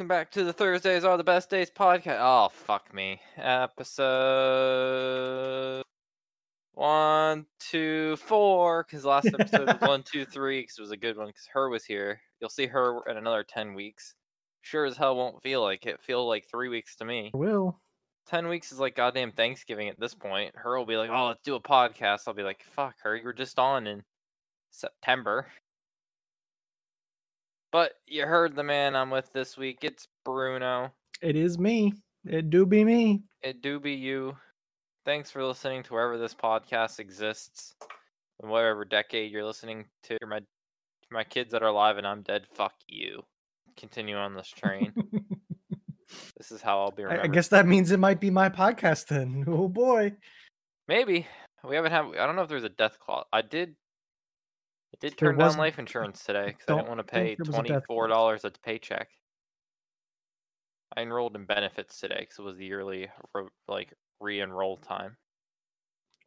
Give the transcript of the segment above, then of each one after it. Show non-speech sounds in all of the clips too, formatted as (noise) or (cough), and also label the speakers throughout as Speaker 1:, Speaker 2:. Speaker 1: back to the Thursdays are the best days podcast. Oh fuck me. Episode one, two, four. Because last episode was one, two, three. Because it was a good one. Because her was here. You'll see her in another ten weeks. Sure as hell won't feel like it. Feel like three weeks to me.
Speaker 2: Will.
Speaker 1: Ten weeks is like goddamn Thanksgiving at this point. Her will be like, oh, let's do a podcast. I'll be like, fuck her. You were just on in September. But you heard the man I'm with this week. It's Bruno.
Speaker 2: It is me. It do be me.
Speaker 1: It do be you. Thanks for listening to wherever this podcast exists, and whatever decade you're listening to. You're my, to my kids that are alive and I'm dead. Fuck you. Continue on this
Speaker 2: (laughs)
Speaker 1: train. this is how I'll be
Speaker 2: I,
Speaker 1: remembered.
Speaker 2: I guess that means it might be my podcast then. (laughs) Oh boy.
Speaker 1: maybe we haven't had. I don't know if there's a death clause. I did. I did
Speaker 2: There
Speaker 1: turn
Speaker 2: was-
Speaker 1: down life insurance today because I didn't
Speaker 2: don't
Speaker 1: want to pay
Speaker 2: think there was a
Speaker 1: twenty
Speaker 2: death
Speaker 1: four
Speaker 2: clause.
Speaker 1: dollars a paycheck. I enrolled in benefits today because it was the yearly ro- like re-enroll time.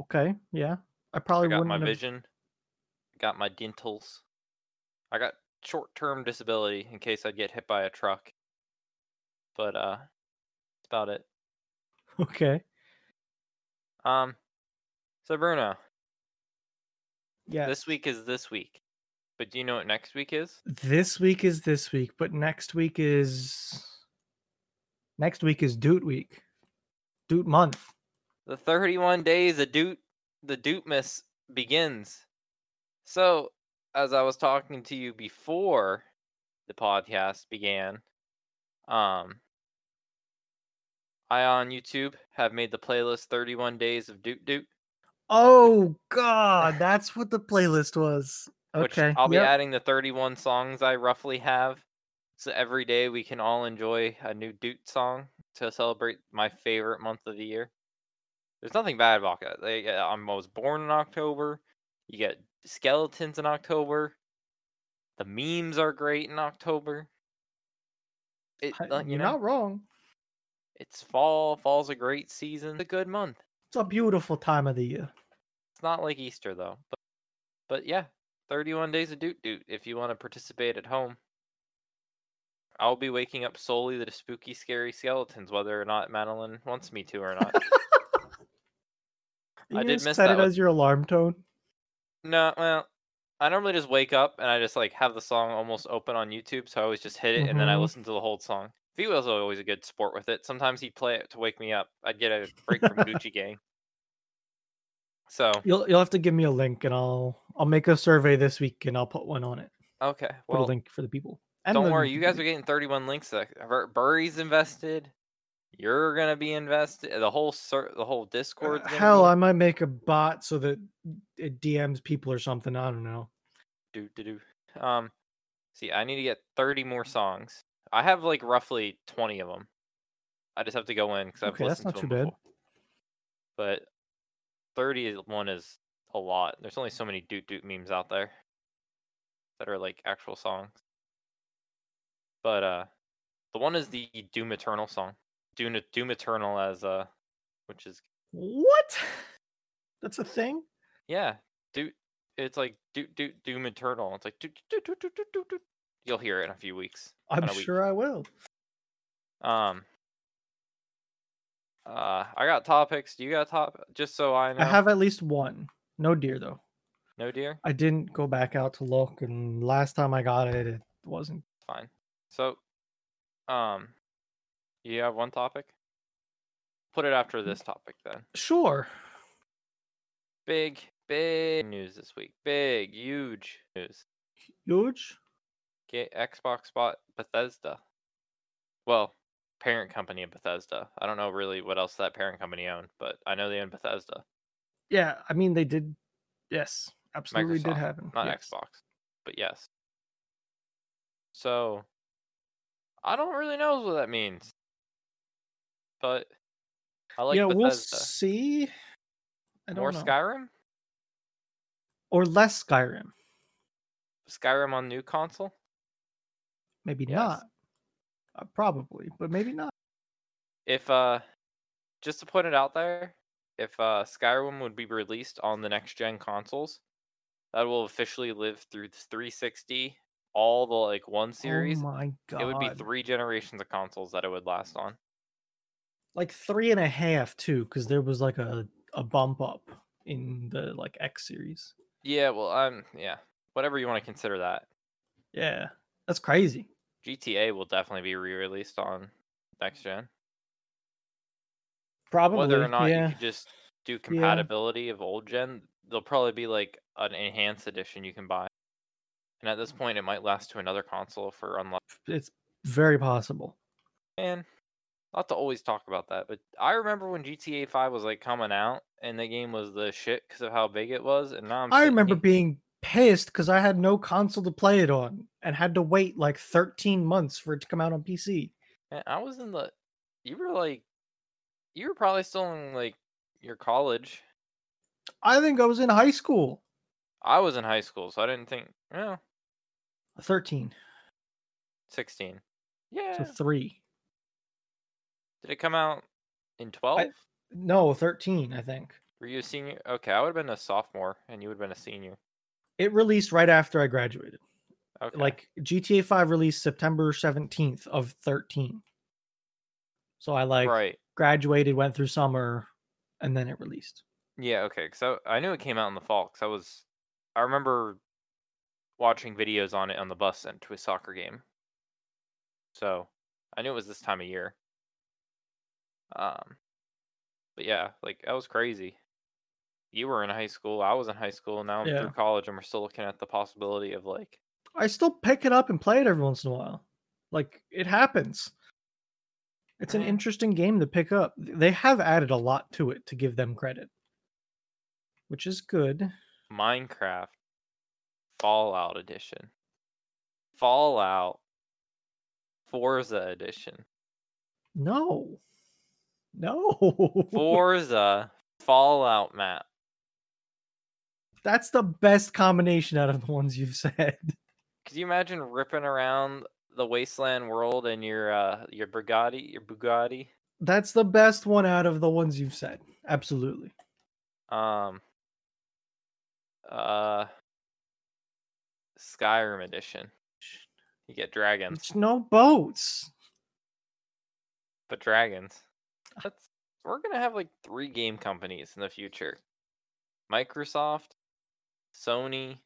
Speaker 2: Okay. Yeah. I
Speaker 1: I
Speaker 2: probably
Speaker 1: got
Speaker 2: wouldn't
Speaker 1: my
Speaker 2: have-
Speaker 1: vision. I got my dentals. I got short-term disability in case I'd get hit by a truck. But uh, that's about it.
Speaker 2: (laughs) Okay.
Speaker 1: Um, so Bruno,
Speaker 2: Yeah. This-,
Speaker 1: this week is this week, but do you know what next week is?
Speaker 2: week is this week, but next week is next week is Doot week. Doot month.
Speaker 1: the 31 days of Doot the Dootmas begins. So, as I was talking to you before the podcast began, um, I on YouTube have made the playlist 31 Days of Doot Doot,
Speaker 2: Oh god, that's what the playlist was.
Speaker 1: which
Speaker 2: Okay.
Speaker 1: I'll be
Speaker 2: yep.
Speaker 1: adding the 31 songs I roughly have. So every day we can all enjoy a new Doot song to celebrate my favorite month of the year. There's nothing bad about that. They, uh, I'm- I was born in October. You get skeletons in October. The memes are great in October. It,
Speaker 2: I-
Speaker 1: like, you
Speaker 2: You're
Speaker 1: know,
Speaker 2: not wrong.
Speaker 1: it's fall. Fall's a great season. It's a good month.
Speaker 2: It's a beautiful time of the year.
Speaker 1: It's not like Easter though. But, but yeah, 31 days of doot doot if you want to participate at home. I'll be waking up solely to the spooky, scary skeletons, whether or not Madeline wants me to or not.
Speaker 2: (laughs) Are you
Speaker 1: I
Speaker 2: gonna
Speaker 1: did miss
Speaker 2: set
Speaker 1: that
Speaker 2: it
Speaker 1: one.
Speaker 2: as your alarm tone.
Speaker 1: No, well, I normally just wake up and I just like have the song almost open on YouTube, so I always just hit it and then I
Speaker 2: Mhm.
Speaker 1: listen to the whole song. V was always a good sport with it. Sometimes he'd play it to wake me up. I'd get a break
Speaker 2: (laughs)
Speaker 1: from Gucci Gang. So
Speaker 2: You'll you'll have to give me a link and I'll I'll make a survey this week and I'll put one on it.
Speaker 1: okay,
Speaker 2: Put a
Speaker 1: well,
Speaker 2: link for the people. And
Speaker 1: don't
Speaker 2: the uh,
Speaker 1: worry, you
Speaker 2: link for
Speaker 1: guys are getting 31 links. to that- Bur- Burry's invested. You're gonna be invested. The whole ser- the whole
Speaker 2: Uh,
Speaker 1: Discord.
Speaker 2: Hell, I might make a bot so that it DMs people or something. I don't know.
Speaker 1: do do do. Um, see, I need to get thirty more songs. I have like roughly twenty of them. I just have to go in because I've
Speaker 2: Okay, that's
Speaker 1: listened
Speaker 2: not
Speaker 1: to
Speaker 2: too
Speaker 1: 'em
Speaker 2: bad.
Speaker 1: before. But thirty-one is a lot. There's only so many doot doot memes out there that are like actual songs. But uh, the one is the Doom Eternal song. Doom Doom Eternal as uh, which is
Speaker 2: What? That's a thing?
Speaker 1: yeah, doot. It's like doot doot Doom Eternal. It's like doot doot doot doot doot doot. doot. You'll hear it in a few weeks.
Speaker 2: I'm
Speaker 1: Kinda weak.
Speaker 2: sure I will.
Speaker 1: Um. Uh, I got topics. Do you got top? Just so I know.
Speaker 2: I have at least one. No deer though.
Speaker 1: no dear.
Speaker 2: I didn't go back out to look, and last time I got it, it wasn't.
Speaker 1: Fine. So, um, you have one topic. Put it
Speaker 2: Mm.
Speaker 1: after this topic then.
Speaker 2: Sure.
Speaker 1: Big, big news this week. Big, huge news.
Speaker 2: Huge.
Speaker 1: Get Xbox bought Bethesda. Well, parent company of Bethesda. I don't know really what else that parent company owned, but I know they own Bethesda,
Speaker 2: Yeah, I mean they did. Yes, absolutely
Speaker 1: Microsoft,
Speaker 2: did happen.
Speaker 1: not
Speaker 2: yes.
Speaker 1: Xbox, but yes. So, I don't really know what that means, but I like
Speaker 2: yeah, we'll
Speaker 1: Bethesda.
Speaker 2: see. I don't
Speaker 1: More
Speaker 2: know.
Speaker 1: Skyrim?
Speaker 2: or less Skyrim.
Speaker 1: Skyrim on new console?
Speaker 2: Maybe
Speaker 1: Yes.
Speaker 2: not. Uh, probably, but maybe not. Oh
Speaker 1: If uh just to put it out there, if uh Skyrim would be released on the next gen consoles, that will officially live through the 360, all the like one series,
Speaker 2: Oh my god.
Speaker 1: it would be three generations of consoles that it would last on.
Speaker 2: like three and a half too, because there was like a, a bump up in the like X series.
Speaker 1: Yeah, well, um, yeah, whatever you want to consider that.
Speaker 2: Yeah. That's crazy.
Speaker 1: GTA will definitely be re-released on next gen.
Speaker 2: Probably
Speaker 1: Whether or not
Speaker 2: yeah.
Speaker 1: you could just do compatibility of old gen, there'll probably be like an enhanced edition you can buy. And at this point, it might last to another console for unlock.
Speaker 2: it's very possible.
Speaker 1: Man, not to always talk about that, but I remember when GTA Five was like coming out, and the game was the shit because of how big it was. And now I'm
Speaker 2: I
Speaker 1: sitting
Speaker 2: remember
Speaker 1: here-
Speaker 2: being pissed because I had no console to play it on and had to wait like 13 months for it to come out on PC.
Speaker 1: Man, I was in the. You were like, you were probably still in like your college.
Speaker 2: I think I was in high school.
Speaker 1: I was in high school, so I didn't think. Yeah,
Speaker 2: 13.
Speaker 1: sixteen. Yeah.
Speaker 2: So three.
Speaker 1: Did it come out in twelve?
Speaker 2: No, 13, I think.
Speaker 1: Were you a senior? Okay, I would have been a sophomore, and you would have been a senior.
Speaker 2: It released right after I graduated.
Speaker 1: Okay.
Speaker 2: Like GTA 5 released September 17th of 13. So I like
Speaker 1: right.
Speaker 2: graduated, went through summer, and then it released.
Speaker 1: Yeah. Okay. So I knew it came out in the fall. Cause I was, I remember watching videos on it on the bus and to a soccer game. So I knew it was this time of year. Um, but yeah, like that was crazy. You were in high school. I was in high school. Now I'm
Speaker 2: Yeah.
Speaker 1: through college, and we're still looking at the possibility of like
Speaker 2: I still pick it up and play it every once in a while. Like it happens. It's an
Speaker 1: Mm.
Speaker 2: interesting game to pick up. They have added a lot to it to give them credit, which is good.
Speaker 1: Minecraft Fallout Edition, Fallout Forza Edition,
Speaker 2: No, no,
Speaker 1: Forza Fallout map.
Speaker 2: (laughs) that's the best combination out of the ones you've said.
Speaker 1: Could you imagine ripping around the wasteland world in your uh your Bugatti your Bugatti?
Speaker 2: That's the best one out of the ones you've said. Absolutely.
Speaker 1: Um uh Skyrim edition. You get dragons.
Speaker 2: It's no boats.
Speaker 1: But dragons.
Speaker 2: Ah.
Speaker 1: That's we're gonna have like three game companies in the future. Microsoft, Sony,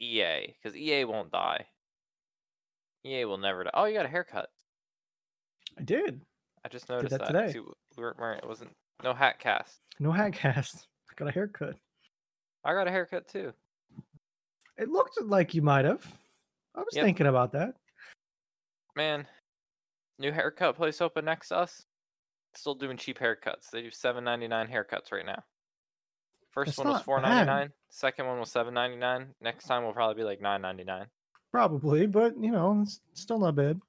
Speaker 1: E EA. Because EA won't die. EA will never die. Oh, you got a haircut.
Speaker 2: I did.
Speaker 1: I just noticed
Speaker 2: that
Speaker 1: that. 'cause
Speaker 2: today.
Speaker 1: You, we weren't wearing it wasn't no hat cast.
Speaker 2: No hat cast. I (laughs) got a haircut.
Speaker 1: I got a haircut too.
Speaker 2: It looked like you might have. I was
Speaker 1: Yep.
Speaker 2: thinking about that.
Speaker 1: Man, new haircut place open next to us. Still doing cheap haircuts. They do seven ninety nine haircuts right now. First
Speaker 2: That's
Speaker 1: one was
Speaker 2: not
Speaker 1: four
Speaker 2: bad.
Speaker 1: ninety nine. Second one was seven ninety nine. Next time will probably be like nine ninety nine.
Speaker 2: Probably, but you know, it's still not bad.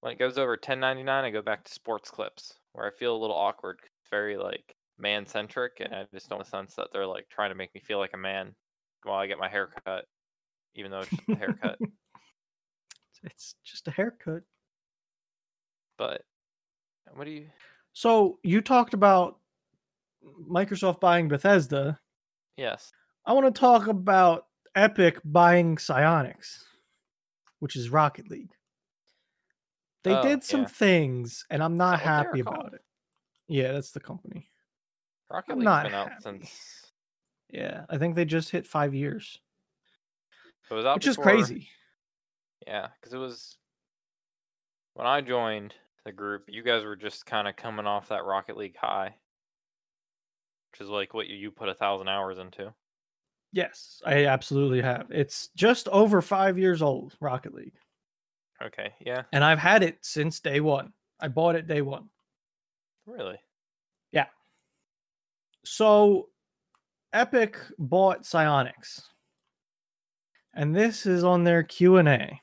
Speaker 1: When it goes over ten ninety nine, I go back to sports clips where I feel a little awkward. 'cause It's very like man centric, and I just don't sense that they're like trying to make me feel like a man while I get my hair cut, even though it's just a
Speaker 2: (laughs)
Speaker 1: haircut.
Speaker 2: It's just a haircut.
Speaker 1: But what do you?
Speaker 2: So you talked about Microsoft buying Bethesda.
Speaker 1: Yes,
Speaker 2: I want to talk about Epic buying Psyonix, which is Rocket League. They
Speaker 1: Oh,
Speaker 2: did some
Speaker 1: yeah.
Speaker 2: things, and I'm
Speaker 1: that
Speaker 2: not
Speaker 1: what they are
Speaker 2: happy about
Speaker 1: called?
Speaker 2: it. Yeah, that's the company.
Speaker 1: Rocket
Speaker 2: I'm
Speaker 1: League's
Speaker 2: not
Speaker 1: been
Speaker 2: happy.
Speaker 1: out since
Speaker 2: Yeah, I think they just hit five years,
Speaker 1: it was out,
Speaker 2: which is
Speaker 1: before-
Speaker 2: crazy.
Speaker 1: Yeah, because it was when I joined the group, you guys were just kind of coming off that Rocket League high, which is like what you, you put a thousand hours into.
Speaker 2: Yes, I absolutely have. It's just over five years old, Rocket League.
Speaker 1: Okay, yeah,
Speaker 2: and I've had it since day one. I bought it day one.
Speaker 1: really.
Speaker 2: So Epic bought Psyonix. And this is on their Q&A.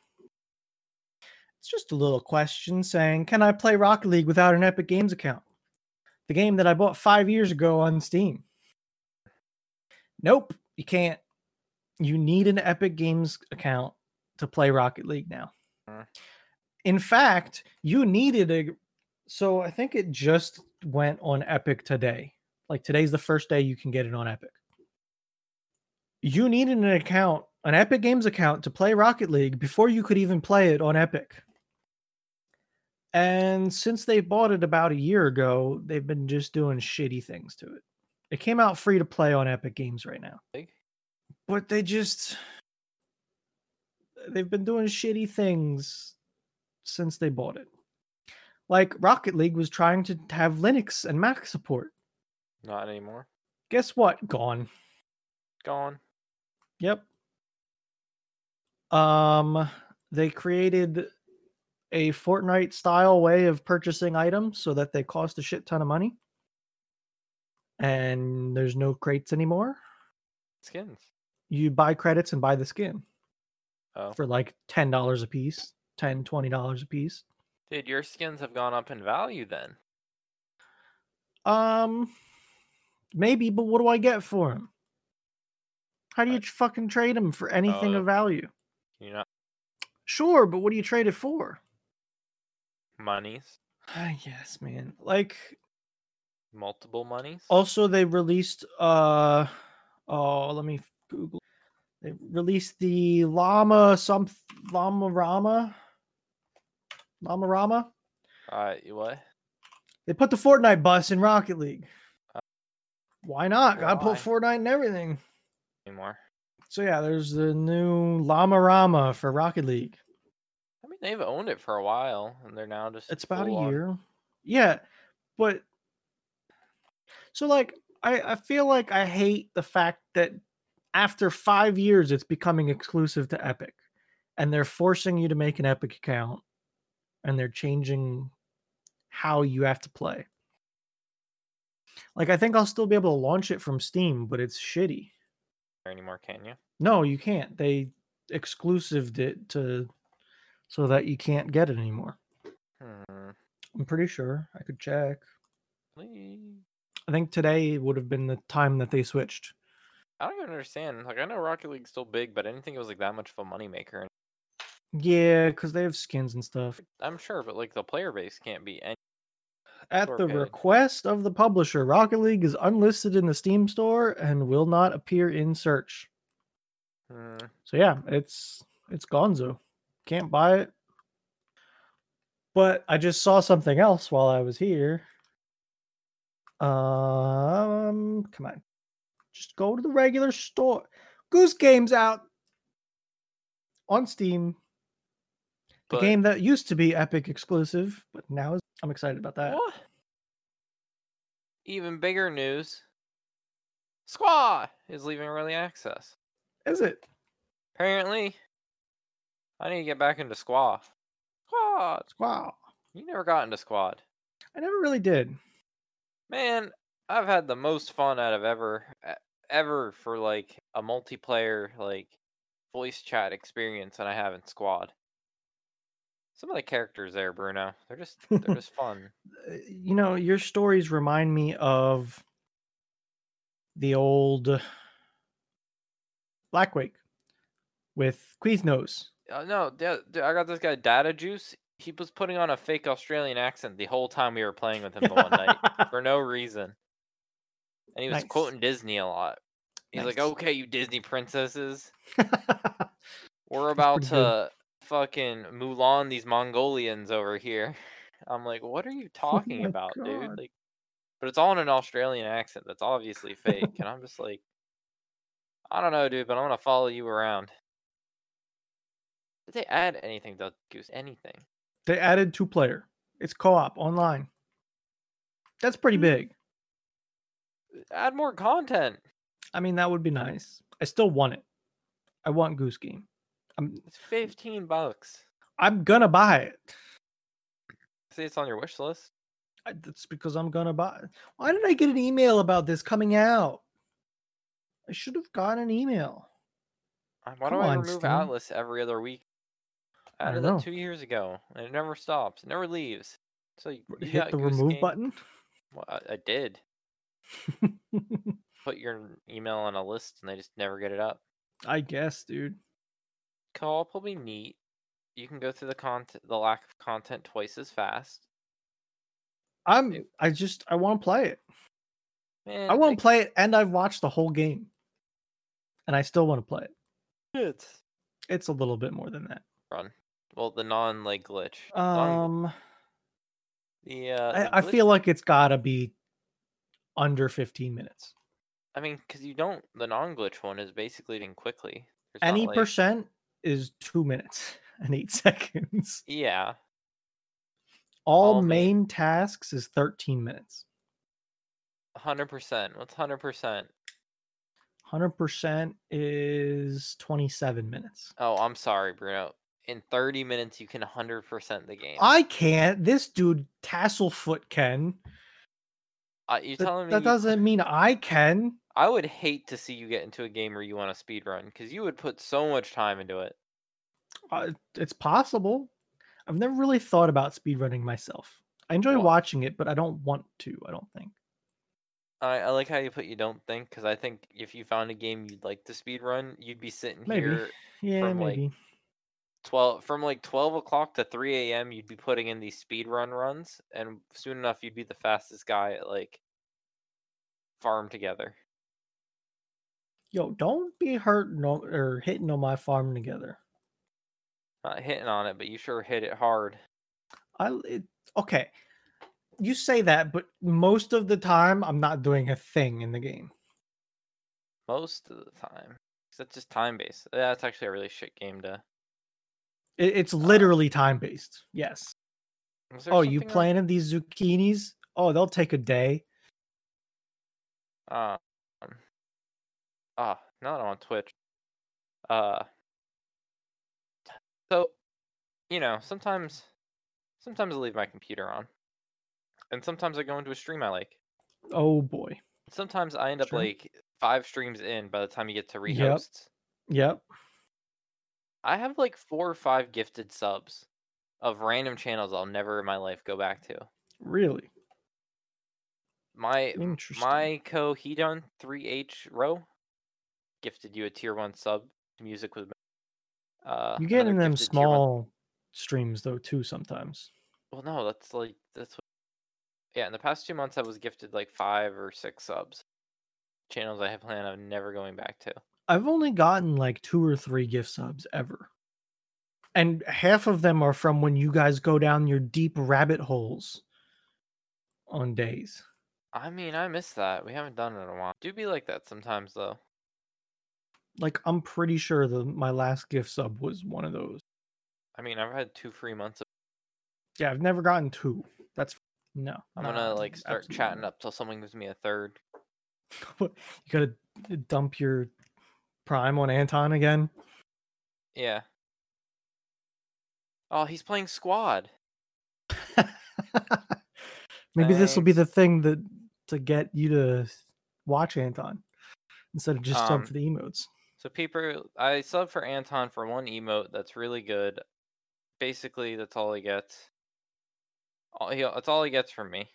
Speaker 2: It's just a little question saying, "Can I play Rocket League without an Epic Games account?" The game that I bought 5 years ago on Steam. Nope, you can't. You need an Epic Games account to play Rocket League now.
Speaker 1: Mm.
Speaker 2: In fact, you needed a so I think it just went on Epic today. Like today's the first day you can get it on Epic. You needed an account an Epic Games account to play Rocket League before you could even play it on Epic. And since they bought it about a year ago, they've been just doing shitty things to it. It came out free to play on Epic Games right now.
Speaker 1: Big.
Speaker 2: But they just they've been doing shitty things since they bought it. Like Rocket League was trying to have Linux and Mac support.
Speaker 1: Not anymore.
Speaker 2: Guess what? Gone.
Speaker 1: Gone.
Speaker 2: Yep. Um, they created a Fortnite style way of purchasing items so that they cost a shit ton of money. And there's no crates anymore.
Speaker 1: Skins.
Speaker 2: You buy credits and buy the skin
Speaker 1: Oh.
Speaker 2: for like $10 a piece, $10, $20 a piece.
Speaker 1: Dude, your skins have gone up in value then.
Speaker 2: Um, maybe, but what do I get for them? How do you
Speaker 1: I-
Speaker 2: tr- fucking trade them for anything
Speaker 1: Uh,
Speaker 2: of value?
Speaker 1: Can you not
Speaker 2: Sure, but what do you trade it for?
Speaker 1: monies?
Speaker 2: Ah, yes, man. Like,
Speaker 1: Multiple monies?
Speaker 2: also they released uh oh let me f- google they released the llama some llama rama llama rama
Speaker 1: Uh, you what?
Speaker 2: they put the fortnite bus in rocket league
Speaker 1: Uh,
Speaker 2: why not gotta
Speaker 1: why?
Speaker 2: put fortnite and everything
Speaker 1: Anymore?
Speaker 2: so yeah there's the new llama rama for rocket league
Speaker 1: I mean, they've owned it for a while, and they're now just.
Speaker 2: it's about
Speaker 1: full
Speaker 2: a
Speaker 1: on-
Speaker 2: year yeah but so like I, I feel like i hate the fact that after five years it's becoming exclusive to epic and they're forcing you to make an epic account and they're changing how you have to play like i think i'll still be able to launch it from steam but it's shitty
Speaker 1: Anymore, can you?
Speaker 2: no you can't they exclusived it to so that you can't get it anymore
Speaker 1: Hmm.
Speaker 2: i'm pretty sure i could check
Speaker 1: please.
Speaker 2: I think today would have been the time that they switched.
Speaker 1: I don't even understand. Like, I know Rocket League's still big, but I didn't think it was like that much of a moneymaker. And
Speaker 2: Yeah, because they have skins and stuff.
Speaker 1: I'm sure, but like the player base can't be any.
Speaker 2: At
Speaker 1: Sure
Speaker 2: the
Speaker 1: can.
Speaker 2: request of the publisher, Rocket League is unlisted in the Steam store and will not appear in search.
Speaker 1: Hmm.
Speaker 2: So yeah, it's it's Gonzo. Can't buy it. But I just saw something else while I was here. Um, come on, just go to the regular store. Goose Game's out on Steam. The
Speaker 1: But
Speaker 2: game that used to be Epic exclusive, but now is, I'm excited about that.
Speaker 1: What? Even bigger news. Squaw is leaving early access.
Speaker 2: Is it?
Speaker 1: Apparently, I need to get back into Squaw. Squad.
Speaker 2: Wow.
Speaker 1: You never got into Squad.
Speaker 2: I never really did.
Speaker 1: Man, I've had the most fun out of ever e- ever for like a multiplayer like voice chat experience than I have in Squad. Some of the characters there, Bruno, they're just
Speaker 2: (laughs)
Speaker 1: they're just fun.
Speaker 2: Uh, You know, your stories remind me of the old uh, Blackwake with Queasnose.
Speaker 1: Uh, no, da- da- I got this guy Data Juice. He was putting on a fake Australian accent the whole time we were playing with him the one
Speaker 2: (laughs)
Speaker 1: night for no reason, and he was
Speaker 2: Nice.
Speaker 1: quoting Disney a lot. He's like,
Speaker 2: Nice.
Speaker 1: "Okay, you Disney princesses, We're about
Speaker 2: That's pretty
Speaker 1: to fucking Mulan these Mongolians over here. (laughs) I'm like, what are
Speaker 2: (laughs)
Speaker 1: you talking
Speaker 2: my
Speaker 1: about,
Speaker 2: God.
Speaker 1: dude? Like, but it's all in an Australian accent that's obviously fake, and I'm just like, I don't know, dude, but I'm gonna follow you around. Did they add anything to Goose? Anything?
Speaker 2: (laughs) they added two player. It's co-op online. That's pretty
Speaker 1: Hmm.
Speaker 2: big.
Speaker 1: Add more content.
Speaker 2: I mean, that would be nice. I still want it. I want Goose Game. I'm
Speaker 1: It's 15 bucks.
Speaker 2: I'm gonna buy it.
Speaker 1: See, it's on your wish list.
Speaker 2: I, that's because I'm gonna buy. Why did I get an email about this coming out? I should have gotten an email.
Speaker 1: Uh, Why
Speaker 2: Come
Speaker 1: do I
Speaker 2: on,
Speaker 1: remove
Speaker 2: Steam.
Speaker 1: Atlas every other week?
Speaker 2: I
Speaker 1: I did
Speaker 2: dunno.
Speaker 1: that two years ago, and it never stops, it never leaves. So you,
Speaker 2: R-
Speaker 1: you
Speaker 2: Hit
Speaker 1: got
Speaker 2: the
Speaker 1: Goose
Speaker 2: remove
Speaker 1: Game-
Speaker 2: button.
Speaker 1: Well, I, I did put your email on a list, and they just never get it up.
Speaker 2: (laughs) I guess, dude.
Speaker 1: Co-op will be neat. You can go through the content, the lack of content, twice as fast.
Speaker 2: I'm. I just. I want to play it.
Speaker 1: Man,
Speaker 2: I want
Speaker 1: like,
Speaker 2: to play it, and I've watched the whole game, and I still want to play it.
Speaker 1: It's
Speaker 2: It's a little bit more than that.
Speaker 1: run. Well, the non leg glitch. Non-
Speaker 2: Um,
Speaker 1: the, uh, the
Speaker 2: I, I
Speaker 1: glitch-
Speaker 2: feel like it's got to be under 15 minutes.
Speaker 1: I mean, because you don't. The non glitch one is basically done quickly. There's not,
Speaker 2: Any
Speaker 1: like-
Speaker 2: percent is two minutes (laughs) and eight seconds.
Speaker 1: Yeah.
Speaker 2: All,
Speaker 1: All of it.
Speaker 2: main tasks is 13 minutes.
Speaker 1: 100%. What's 100%?
Speaker 2: 100% is 27 minutes.
Speaker 1: Oh, I'm sorry, Bruno. In 30 minutes, you can 100% the game.
Speaker 2: I can't. This dude, Tasselfoot, can.
Speaker 1: Uh, you
Speaker 2: That,
Speaker 1: telling me
Speaker 2: that
Speaker 1: you-
Speaker 2: doesn't mean I can.
Speaker 1: I would hate to see you get into a game where you want to speed run because you would put so much time into it.
Speaker 2: Uh, it's possible. I've never really thought about speedrunning myself. I enjoy
Speaker 1: Well-
Speaker 2: watching it, but I don't want to, I don't think.
Speaker 1: I, I like how you put you don't think because I think if you found a game you'd like to speed run, you'd be sitting
Speaker 2: Maybe.
Speaker 1: here
Speaker 2: Yeah,
Speaker 1: From, like,
Speaker 2: maybe.
Speaker 1: twelve from like twelve o'clock to three a.m. You'd be putting in these speed run runs, and soon enough you'd be the fastest guy at like farm together.
Speaker 2: Yo, don't be hurting on, or hitting on my farm together.
Speaker 1: Not hitting on it, but you sure hit it hard.
Speaker 2: I l- it, okay. You say that, but most of the time I'm not doing a thing in the game.
Speaker 1: most of the time. 'Cause That's just time based. That's actually a really shit game to.
Speaker 2: It,
Speaker 1: Oh.
Speaker 2: it's literally time based. Yes.
Speaker 1: Was there
Speaker 2: Oh, you
Speaker 1: something on-
Speaker 2: planted these zucchinis? Oh, they'll take a day.
Speaker 1: Uh, um, ah, not on Twitch. Uh, so, you know, sometimes, sometimes I leave my computer on, and sometimes I go into a stream I like.
Speaker 2: Oh boy.
Speaker 1: Sometimes I end up
Speaker 2: Sure.
Speaker 1: like five streams in by the time you get to rehosts.
Speaker 2: Yep. Yep.
Speaker 1: I have like four or five gifted subs of random channels I'll never in my life go back to.
Speaker 2: Really
Speaker 1: My
Speaker 2: interesting.
Speaker 1: My co Hedon 3H row gifted you a tier one sub to music with. Ma- Uh,
Speaker 2: you get
Speaker 1: another
Speaker 2: in them
Speaker 1: gifted tier one-
Speaker 2: small streams though too sometimes.
Speaker 1: Well, no, that's like that's. What... Yeah, in the past two months, I was gifted like five or six subs. Channels I have planned on never going back to.
Speaker 2: I've only gotten like two or three gift subs ever. And half of them are from when you guys go down your deep rabbit holes on days.
Speaker 1: I mean, I miss that. We haven't done it in a while. Do be like that sometimes though.
Speaker 2: Like I'm pretty sure the my last gift sub was one of those.
Speaker 1: I mean, I've had two free months. Of...
Speaker 2: Yeah, I've never gotten two. That's no.
Speaker 1: I'm
Speaker 2: no,
Speaker 1: gonna like start
Speaker 2: absolutely
Speaker 1: chatting
Speaker 2: not.
Speaker 1: up till someone gives me a third.
Speaker 2: You gotta dump your prime on Anton again.
Speaker 1: Yeah. Oh, he's playing squad.
Speaker 2: Maybe this will be the thing that to get you to watch Anton instead of just
Speaker 1: Um,
Speaker 2: sub for the emotes.
Speaker 1: So people, I sub for Anton for one emote that's really good. Basically, that's all he gets. All he, that's all he gets from me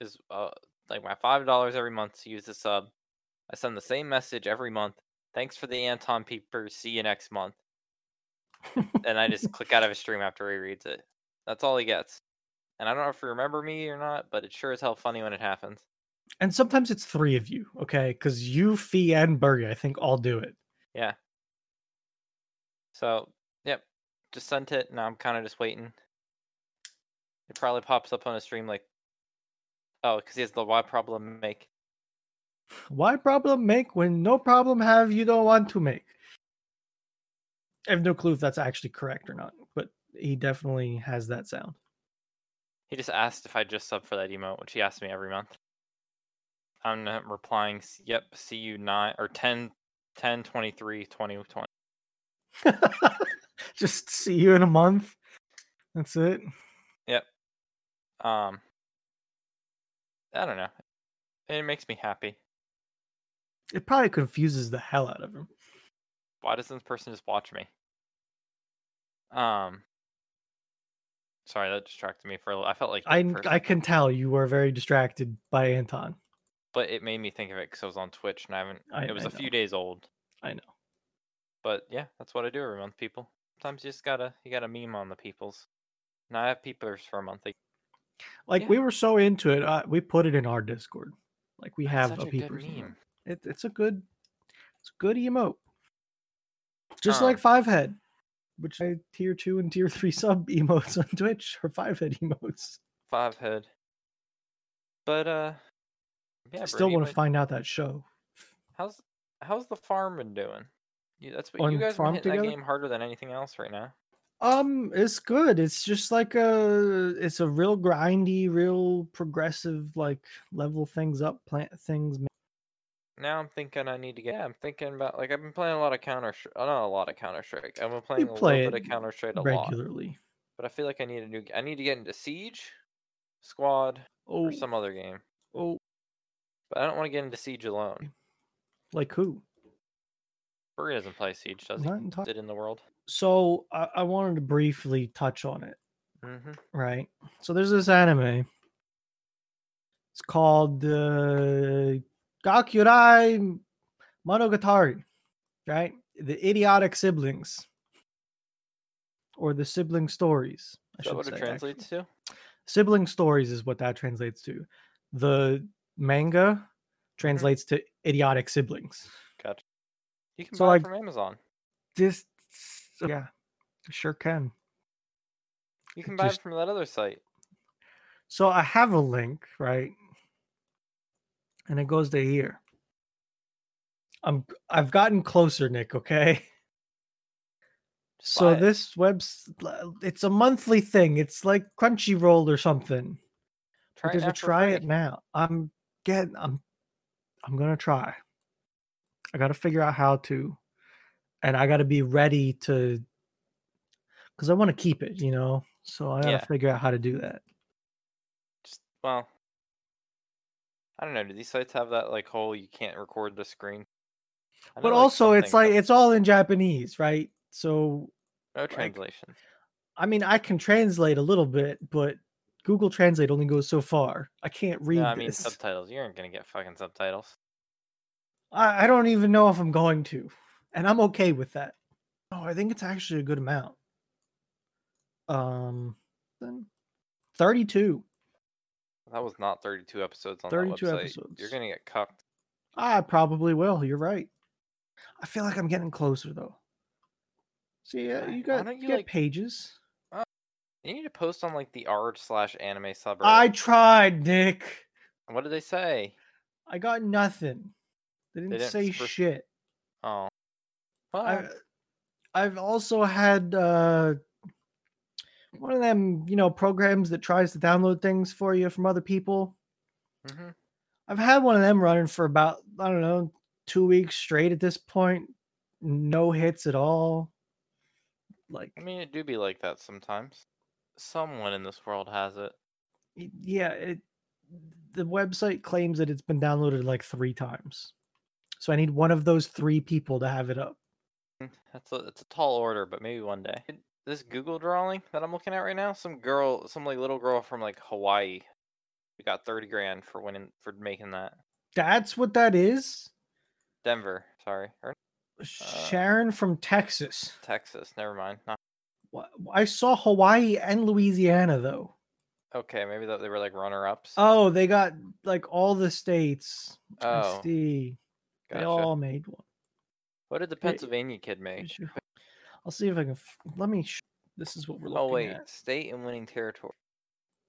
Speaker 1: is uh, like my five dollars every month to use the sub. I send the same message every month. Thanks for the Anton peepers. See you next month. And I just click out of his stream after he reads it. That's all he gets. And I don't know if you remember me or not, but it sure as hell funny when it happens.
Speaker 2: and sometimes it's three of you, okay? Because you, Fee, and Bergie, I think, all do it.
Speaker 1: So, yep, just sent it, and I'm kind of just waiting. It probably pops up on a stream like, oh, because he has the why problem make.
Speaker 2: Why problem make when no problem have you don't want to make? I have no clue if that's actually correct or not, but he definitely has that sound. (laughs)
Speaker 1: He just asked if I just sub for that emote, which he asks me every month. I'm not replying. s- Yep, see you nine or 10, 10, 23, 20, 20.
Speaker 2: Just see you in a month. That's it.
Speaker 1: Um, I don't know. It makes me happy.
Speaker 2: It probably confuses the hell out of him.
Speaker 1: why doesn't this person just watch me? Um, sorry that distracted me for a little. I felt like
Speaker 2: I
Speaker 1: that for a
Speaker 2: I
Speaker 1: sec,
Speaker 2: can tell you were very distracted by Anton.
Speaker 1: but it made me think of it because I was on Twitch and I haven't.
Speaker 2: I-
Speaker 1: it was
Speaker 2: I
Speaker 1: a
Speaker 2: know.
Speaker 1: few days old.
Speaker 2: I know.
Speaker 1: But yeah, that's what I do every month, people. Sometimes you just gotta you gotta meme on the peoples. And I have peepers for a month. Like,
Speaker 2: Like
Speaker 1: Yeah.
Speaker 2: we were so into it, uh, we put it in our Discord. Like we
Speaker 1: that's
Speaker 2: have
Speaker 1: such
Speaker 2: a
Speaker 1: good
Speaker 2: peepers. emote.
Speaker 1: meme.
Speaker 2: It, it's a good, it's a good emote. Just
Speaker 1: Huh.
Speaker 2: like Five Head, which I tier two and tier three (laughs) sub emotes on Twitch or Five Head emotes.
Speaker 1: Five head. But uh, yeah.
Speaker 2: I still want
Speaker 1: Brittany,
Speaker 2: to
Speaker 1: what-
Speaker 2: find out that show.
Speaker 1: How's how's the farm been doing? You, that's what
Speaker 2: On
Speaker 1: you guys been
Speaker 2: farm
Speaker 1: hitting that
Speaker 2: together?
Speaker 1: game harder than anything else right now.
Speaker 2: Um, it's good. It's just like a, it's a real grindy, real progressive, like level things up, plant things. ma-
Speaker 1: Now I'm thinking I need to get. Yeah, I'm thinking about like I've been playing a lot of Counter. Oh, not a lot of Counter Strike. I've been playing a
Speaker 2: play
Speaker 1: little bit
Speaker 2: it
Speaker 1: of Counter Strike a lot,
Speaker 2: regularly.
Speaker 1: but I feel like I need a new. I need to get into Siege, Squad,
Speaker 2: Oh,
Speaker 1: or some other game.
Speaker 2: oh,
Speaker 1: But I don't want to get into Siege alone.
Speaker 2: like who?
Speaker 1: Burry doesn't play Siege, does he?
Speaker 2: Not in talk-
Speaker 1: Did in the world.
Speaker 2: so I, I wanted to briefly touch on it,
Speaker 1: Mm-hmm.
Speaker 2: right? So there's this anime. It's called uh, Gakurai Monogatari, right? The Idiotic Siblings, or the Sibling Stories. I
Speaker 1: Is that
Speaker 2: should
Speaker 1: what
Speaker 2: say,
Speaker 1: it
Speaker 2: actually.
Speaker 1: translates to?
Speaker 2: Sibling Stories is what that translates to. The manga
Speaker 1: Mm-hmm.
Speaker 2: translates to Idiotic Siblings.
Speaker 1: Gotcha. You can
Speaker 2: So,
Speaker 1: buy
Speaker 2: like-
Speaker 1: it from Amazon.
Speaker 2: This, yeah, sure can.
Speaker 1: You
Speaker 2: it
Speaker 1: can buy
Speaker 2: just-
Speaker 1: it from that other site.
Speaker 2: So I have a link, right? And it goes to here. I'm I've gotten closer, Nick, okay? (laughs)
Speaker 1: Just
Speaker 2: So
Speaker 1: buy it.
Speaker 2: this web's it's a monthly thing. It's like Crunchyroll or something.
Speaker 1: Try
Speaker 2: because
Speaker 1: it
Speaker 2: you
Speaker 1: now for
Speaker 2: try it
Speaker 1: free.
Speaker 2: now. I'm getting I'm I'm gonna try. I gotta figure out how to and I gotta be ready to because I want to keep it, you know. So I gotta
Speaker 1: Yeah.
Speaker 2: figure out how to do that.
Speaker 1: Just, well, I don't know. Do these sites have that like whole you can't record the screen? I
Speaker 2: but
Speaker 1: know,
Speaker 2: also
Speaker 1: some
Speaker 2: it's
Speaker 1: things
Speaker 2: like
Speaker 1: have
Speaker 2: it's all in japanese right so
Speaker 1: no translation.
Speaker 2: i mean i can translate a little bit but google translate only goes so far i can't read
Speaker 1: no, I mean
Speaker 2: this
Speaker 1: subtitles. You aren't gonna get fucking subtitles.
Speaker 2: (laughs) I, I don't even know if i'm going to and i'm okay with that oh i think it's actually a good amount um then 32
Speaker 1: That was not 32 episodes on
Speaker 2: 32
Speaker 1: that website. You're
Speaker 2: episodes.
Speaker 1: gonna get cucked.
Speaker 2: i probably will you're right i feel like i'm getting closer though see uh,
Speaker 1: Why-
Speaker 2: you
Speaker 1: why
Speaker 2: got
Speaker 1: don't
Speaker 2: you
Speaker 1: you,
Speaker 2: got
Speaker 1: like,
Speaker 2: pages
Speaker 1: You need to post on like the r slash anime subreddit.
Speaker 2: i tried nick
Speaker 1: What did they say?
Speaker 2: I got nothing. They didn't,
Speaker 1: didn't
Speaker 2: say
Speaker 1: spec-
Speaker 2: shit.
Speaker 1: Oh, well,
Speaker 2: I, I've also had uh, one of them, you know, programs that tries to download things for you from other people.
Speaker 1: mhm.
Speaker 2: I've had one of them running for about I don't know two weeks straight at this point, no hits at all. Like,
Speaker 1: I mean, it do be like that sometimes. Someone in this world has it.
Speaker 2: y- yeah, it, the website claims that it's been downloaded like three times. So I need one of those three people to have it up.
Speaker 1: Mm, That's a it's a tall order, but maybe one day. It- This Google drawing that I'm looking at right now, some girl, some like little girl from like Hawaii, who got thirty grand for winning for making that.
Speaker 2: That's what that is.
Speaker 1: Denver, sorry, or Uh,
Speaker 2: Sharon from Texas.
Speaker 1: Texas. Never mind. Not,
Speaker 2: Wha- I saw Hawaii and Louisiana though.
Speaker 1: okay, maybe that they were like runner ups.
Speaker 2: Oh, they got like all the states.
Speaker 1: oh,
Speaker 2: I see. They
Speaker 1: gotcha.
Speaker 2: all made one.
Speaker 1: What did the Pennsylvania kid make?
Speaker 2: Shoot. I'll see if I can. f- Let me. Sh- this is what we're looking
Speaker 1: Oh wait,
Speaker 2: at.
Speaker 1: state and winning territory.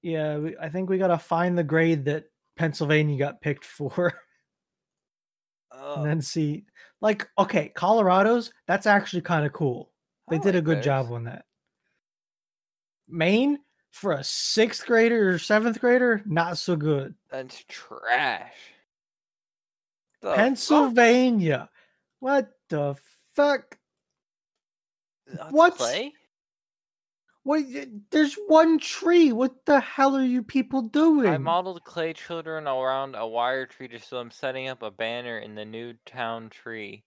Speaker 2: Yeah, we, I think we gotta find the grade that Pennsylvania got picked for, (laughs)
Speaker 1: Oh,
Speaker 2: and then see. Like, okay, Colorado's. That's actually kind of cool. They
Speaker 1: I
Speaker 2: did a
Speaker 1: like
Speaker 2: good
Speaker 1: theirs.
Speaker 2: job on that. Maine for a sixth grader or seventh grader, not so good.
Speaker 1: That's trash. The fuck?
Speaker 2: Pennsylvania. What the fuck?
Speaker 1: That's
Speaker 2: what's-
Speaker 1: Uh, clay?
Speaker 2: What? y- There's one tree. What the hell are you people doing?
Speaker 1: I modeled clay children around a wire tree, just so I'm setting up a banner in the new town tree.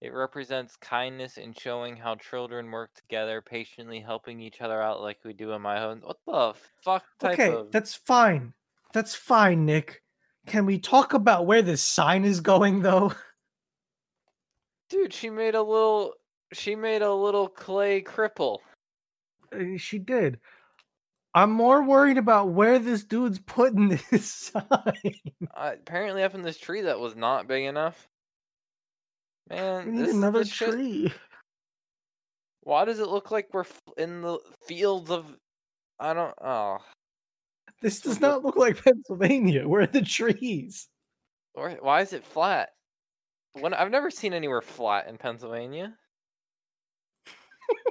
Speaker 1: It represents kindness in showing how children work together, patiently helping each other out like we do in my home. What the fuck type
Speaker 2: okay,
Speaker 1: of
Speaker 2: that's fine. That's fine, Nick. Can we talk about where this sign is going, though? (laughs)
Speaker 1: dude? She made a little. She made a little clay cripple.
Speaker 2: Uh, She did. I'm more worried about where this dude's putting (laughs) this sign.
Speaker 1: Uh, apparently, up in this tree that was not big enough. Man,
Speaker 2: we need
Speaker 1: this is
Speaker 2: another
Speaker 1: the shit-
Speaker 2: tree.
Speaker 1: Why does it look like we're f- in the fields of? I don't. Oh,
Speaker 2: This does not look like Pennsylvania. We're in the trees.
Speaker 1: Or why is it flat? When I've never seen anywhere flat in Pennsylvania.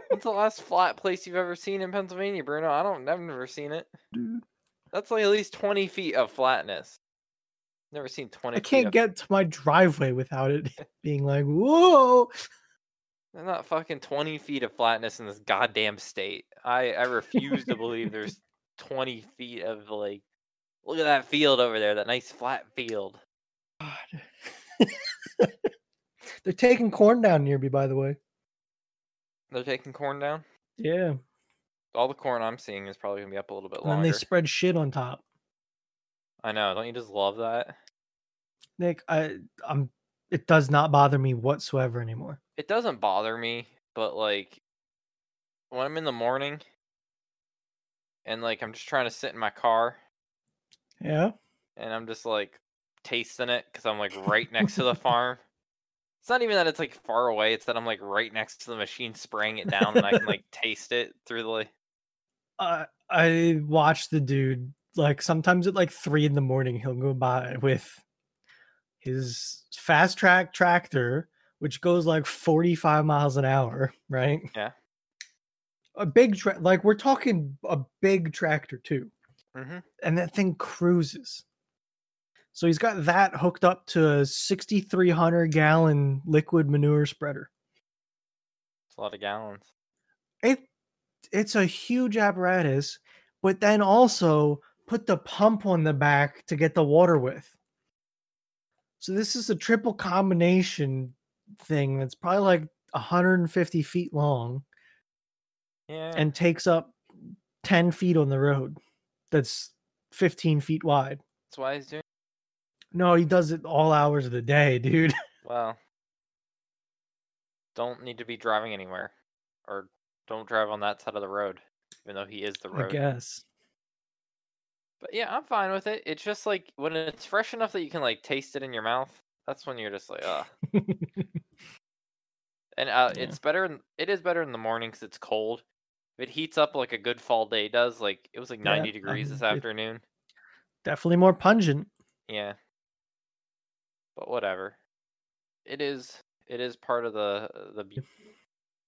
Speaker 1: What's the last flat place you've ever seen in Pennsylvania, Bruno? I don't. I've never seen it.
Speaker 2: Dude.
Speaker 1: That's like at least twenty feet of flatness. Never seen twenty.
Speaker 2: I can't
Speaker 1: feet
Speaker 2: get to my driveway
Speaker 1: (laughs)
Speaker 2: without it being like, whoa.
Speaker 1: Of, there's not fucking twenty feet of flatness in this goddamn state. I I refuse to believe
Speaker 2: (laughs)
Speaker 1: there's twenty feet of like. Look at that field over there. That nice flat field.
Speaker 2: God. They're taking corn down near me, by the way.
Speaker 1: They're taking corn down.
Speaker 2: Yeah.
Speaker 1: All the corn I'm seeing is probably gonna be up a little bit
Speaker 2: And then
Speaker 1: longer.
Speaker 2: they spread shit on top.
Speaker 1: I know. Don't you just love that?
Speaker 2: Nick, I I'm it does not bother me whatsoever anymore.
Speaker 1: it doesn't bother me, but like when I'm in the morning and like I'm just trying to sit in my car
Speaker 2: Yeah.
Speaker 1: and I'm just like tasting it because I'm like right next
Speaker 2: (laughs)
Speaker 1: to the farm. It's not even that it's like far away, it's that I'm like right next to the machine spraying it down and
Speaker 2: (laughs)
Speaker 1: I can like taste it through the like
Speaker 2: I I watch the dude like sometimes at like three in the morning he'll go by with his fast track tractor, which goes like 45 miles an hour, right?
Speaker 1: Yeah.
Speaker 2: A big tra- like we're talking a big tractor too.
Speaker 1: Mhm.
Speaker 2: and that thing cruises. So he's got that hooked up to a 6,300 gallon liquid manure spreader.
Speaker 1: It's a lot of gallons.
Speaker 2: It it's a huge apparatus, but then also put the pump on the back to get the water with. So this is a triple combination thing that's probably like 150 feet long
Speaker 1: Yeah.
Speaker 2: and takes up 10 feet on the road. That's 15 feet wide.
Speaker 1: that's why he's doing
Speaker 2: No, he does it all hours of the day, (laughs) dude.
Speaker 1: well. Don't need to be driving anywhere. Or don't drive on that side of the road. Even though he is the
Speaker 2: I
Speaker 1: road.
Speaker 2: guess. (laughs)
Speaker 1: But yeah, I'm fine with it. It's just like when it's fresh enough that you can like taste it in your mouth. That's when you're just like, ugh. And uh,
Speaker 2: Yeah.
Speaker 1: it's better. In, it is better in the morning because it's cold. If it heats up like a good fall day does, like it was like
Speaker 2: Yeah,
Speaker 1: 90
Speaker 2: I
Speaker 1: degrees this
Speaker 2: mean, it-
Speaker 1: afternoon.
Speaker 2: Definitely more pungent.
Speaker 1: Yeah. But whatever. It is. It is part of the uh, the. beau-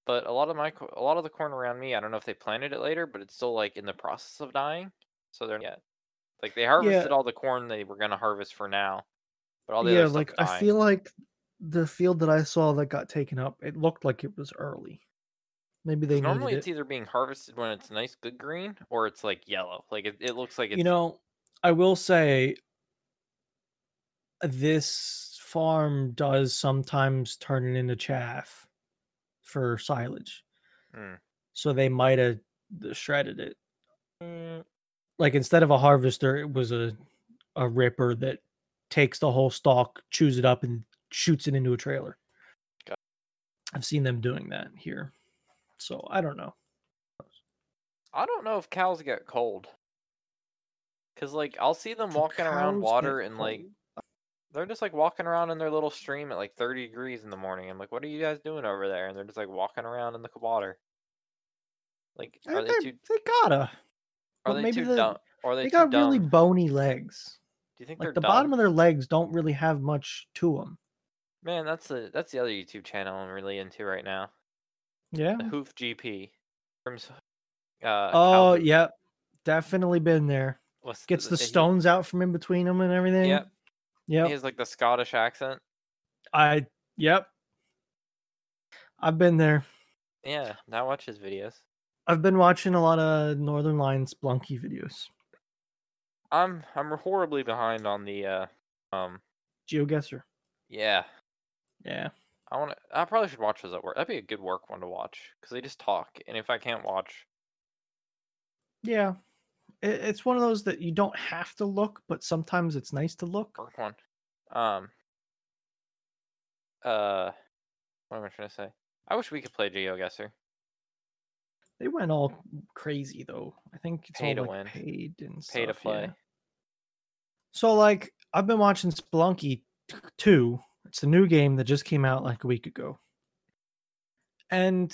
Speaker 1: But a lot of my co- a lot of the corn around me, I don't know if they planted it later, but it's still like in the process of dying. So they're yet. Like they harvested all the corn they were gonna harvest for now, but all the
Speaker 2: yeah,
Speaker 1: other
Speaker 2: like
Speaker 1: stuff's
Speaker 2: I
Speaker 1: dying.
Speaker 2: feel like the field that I saw that got taken up, it looked like it was early. Maybe they
Speaker 1: normally
Speaker 2: normally
Speaker 1: it's either being harvested when it's nice good green or it's like yellow. Like it, it looks like it's
Speaker 2: You know, I will say this farm does sometimes turn it into chaff for silage.
Speaker 1: Mm.
Speaker 2: So they might have uh, shredded it.
Speaker 1: "Mm,
Speaker 2: like instead of a harvester, it was a a ripper that takes the whole stalk, chews it up, and shoots it into a trailer.
Speaker 1: Got-
Speaker 2: I've seen them doing that here, so I don't know.
Speaker 1: I don't know if cows get cold. Cause like I'll see them walking around water and like they're just like walking around in their little stream at like 30 degrees in the morning. I'm like, what are you guys doing over there? And they're just like walking around in the water. Like, are they too?
Speaker 2: they gotta
Speaker 1: Are
Speaker 2: well,
Speaker 1: they
Speaker 2: maybe
Speaker 1: too
Speaker 2: the-
Speaker 1: dumb? Are they,
Speaker 2: they
Speaker 1: too
Speaker 2: got
Speaker 1: dumb?
Speaker 2: really
Speaker 1: Do
Speaker 2: bony legs.
Speaker 1: you think they're
Speaker 2: Like the
Speaker 1: dumb?
Speaker 2: bottom of their legs don't really have much to them.
Speaker 1: Man, that's the that's the other YouTube channel I'm really into right now.
Speaker 2: Yeah.
Speaker 1: The Hoof GP. Terms, Uh,
Speaker 2: Oh,
Speaker 1: cow-
Speaker 2: yep. Definitely been there.
Speaker 1: what's
Speaker 2: Gets the
Speaker 1: he-
Speaker 2: stones out from in between them and everything.
Speaker 1: Yep.
Speaker 2: Yep.
Speaker 1: He has like the Scottish accent.
Speaker 2: I. Yep. I've been there.
Speaker 1: Yeah, now watch his videos.
Speaker 2: I've been watching a lot of Northern Lion Splunky videos.
Speaker 1: I'm I'm horribly behind on the uh um
Speaker 2: GeoGuessr.
Speaker 1: yeah.
Speaker 2: Yeah.
Speaker 1: I want to. I probably should watch those at work. That'd be a good work one to watch because they just talk. And if I can't watch,
Speaker 2: Yeah. It, it's one of those that you don't have to look, but sometimes it's nice to look.
Speaker 1: work one. Um. Uh, what am I trying to say? I wish we could play GeoGuessr.
Speaker 2: They went all crazy though. I think it's
Speaker 1: Pay
Speaker 2: all,
Speaker 1: to
Speaker 2: like,
Speaker 1: win.
Speaker 2: paid and
Speaker 1: Pay to
Speaker 2: stuff,
Speaker 1: play.
Speaker 2: yeah. So like I've been watching Splunky 2. It's the new game that just came out like a week ago. And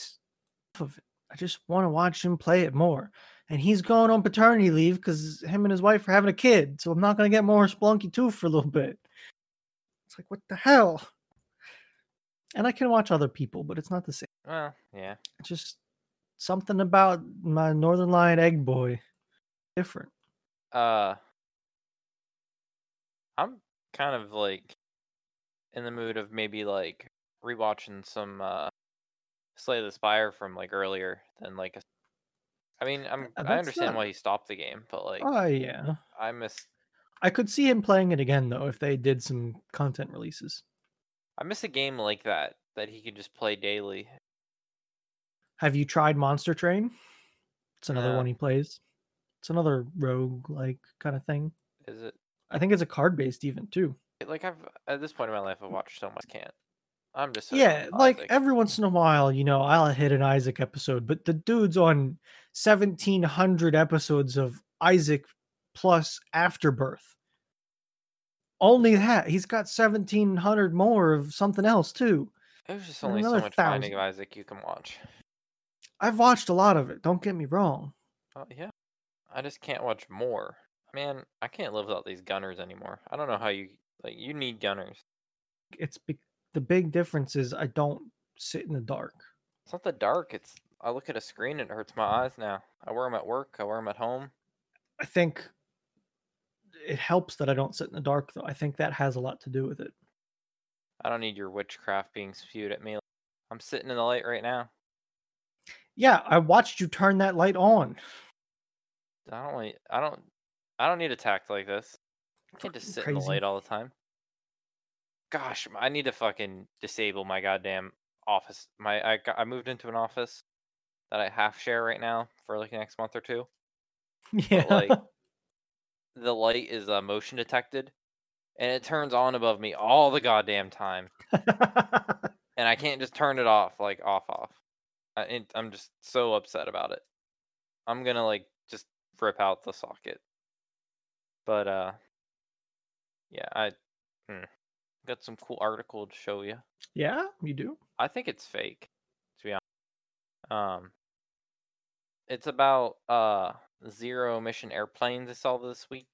Speaker 2: of it. I just want to watch him play it more. And he's going on paternity leave because him and his wife are having a kid. So I'm not going to get more Splunky 2 for a little bit. It's like, what the hell? And I can watch other people, but it's not the same.
Speaker 1: Well, yeah.
Speaker 2: It's just something about my Northern Lion Egg Boy. Different.
Speaker 1: Uh, I'm kind of like in the mood of maybe like rewatching some uh Slay the Spire from like earlier than like a. I mean, I'm
Speaker 2: Uh,
Speaker 1: I
Speaker 2: that's
Speaker 1: understand
Speaker 2: not-
Speaker 1: why he stopped the game, but like
Speaker 2: Oh, yeah.
Speaker 1: I miss
Speaker 2: I could see him playing it again, though, if they did some content releases.
Speaker 1: I miss a game like that that he could just play daily.
Speaker 2: Have you tried Monster Train? It's another
Speaker 1: No.
Speaker 2: one he plays. It's another rogue like kind of thing.
Speaker 1: Is it
Speaker 2: I think it's a card based even too.
Speaker 1: like I've at this point in my life I've watched so much I can't. I'm just so
Speaker 2: yeah, like
Speaker 1: nostalgic.
Speaker 2: every once in a while, you know, I'll hit an Isaac episode, but the dude's on 1700 episodes of Isaac plus Afterbirth. Only that. He's got 1700 more of something else too.
Speaker 1: There's just
Speaker 2: and
Speaker 1: only so
Speaker 2: another
Speaker 1: much finding of Isaac you can watch.
Speaker 2: I've watched a lot of it, don't get me wrong.
Speaker 1: Oh yeah, I just can't watch more. Man, I can't live without these gunners anymore. I don't know how you like. You need gunners.
Speaker 2: It's be- the big difference is I don't sit in the dark.
Speaker 1: It's not the dark. It's I look at a screen and it hurts my eyes now. I wear them at work. I wear them at home.
Speaker 2: I think it helps that I don't sit in the dark, though. I think that has a lot to do with it.
Speaker 1: I don't need your witchcraft being spewed at me. I'm sitting in the light right now.
Speaker 2: Yeah, I watched you turn that light on. (laughs)
Speaker 1: I don't. want- I don't. I don't need attacked like this. I can't
Speaker 2: Fucking
Speaker 1: just sit in the
Speaker 2: crazy.
Speaker 1: light all the time. Gosh, I need to fucking disable my goddamn office. My I got, I moved into an office that I half share right now for like the next month or
Speaker 2: (laughs)
Speaker 1: two.
Speaker 2: Yeah,
Speaker 1: like- The light is uh, motion detected, and it turns on above me all the goddamn time, and I can't just turn it off like off off. I, it, I'm just so upset about it. I'm gonna like just rip out the socket. But uh, yeah, I hmm, got some cool article to show you.
Speaker 2: (laughs) yeah, you do.
Speaker 1: I think it's fake, to be honest. Um, it's about uh zero emission airplanes I saw this week.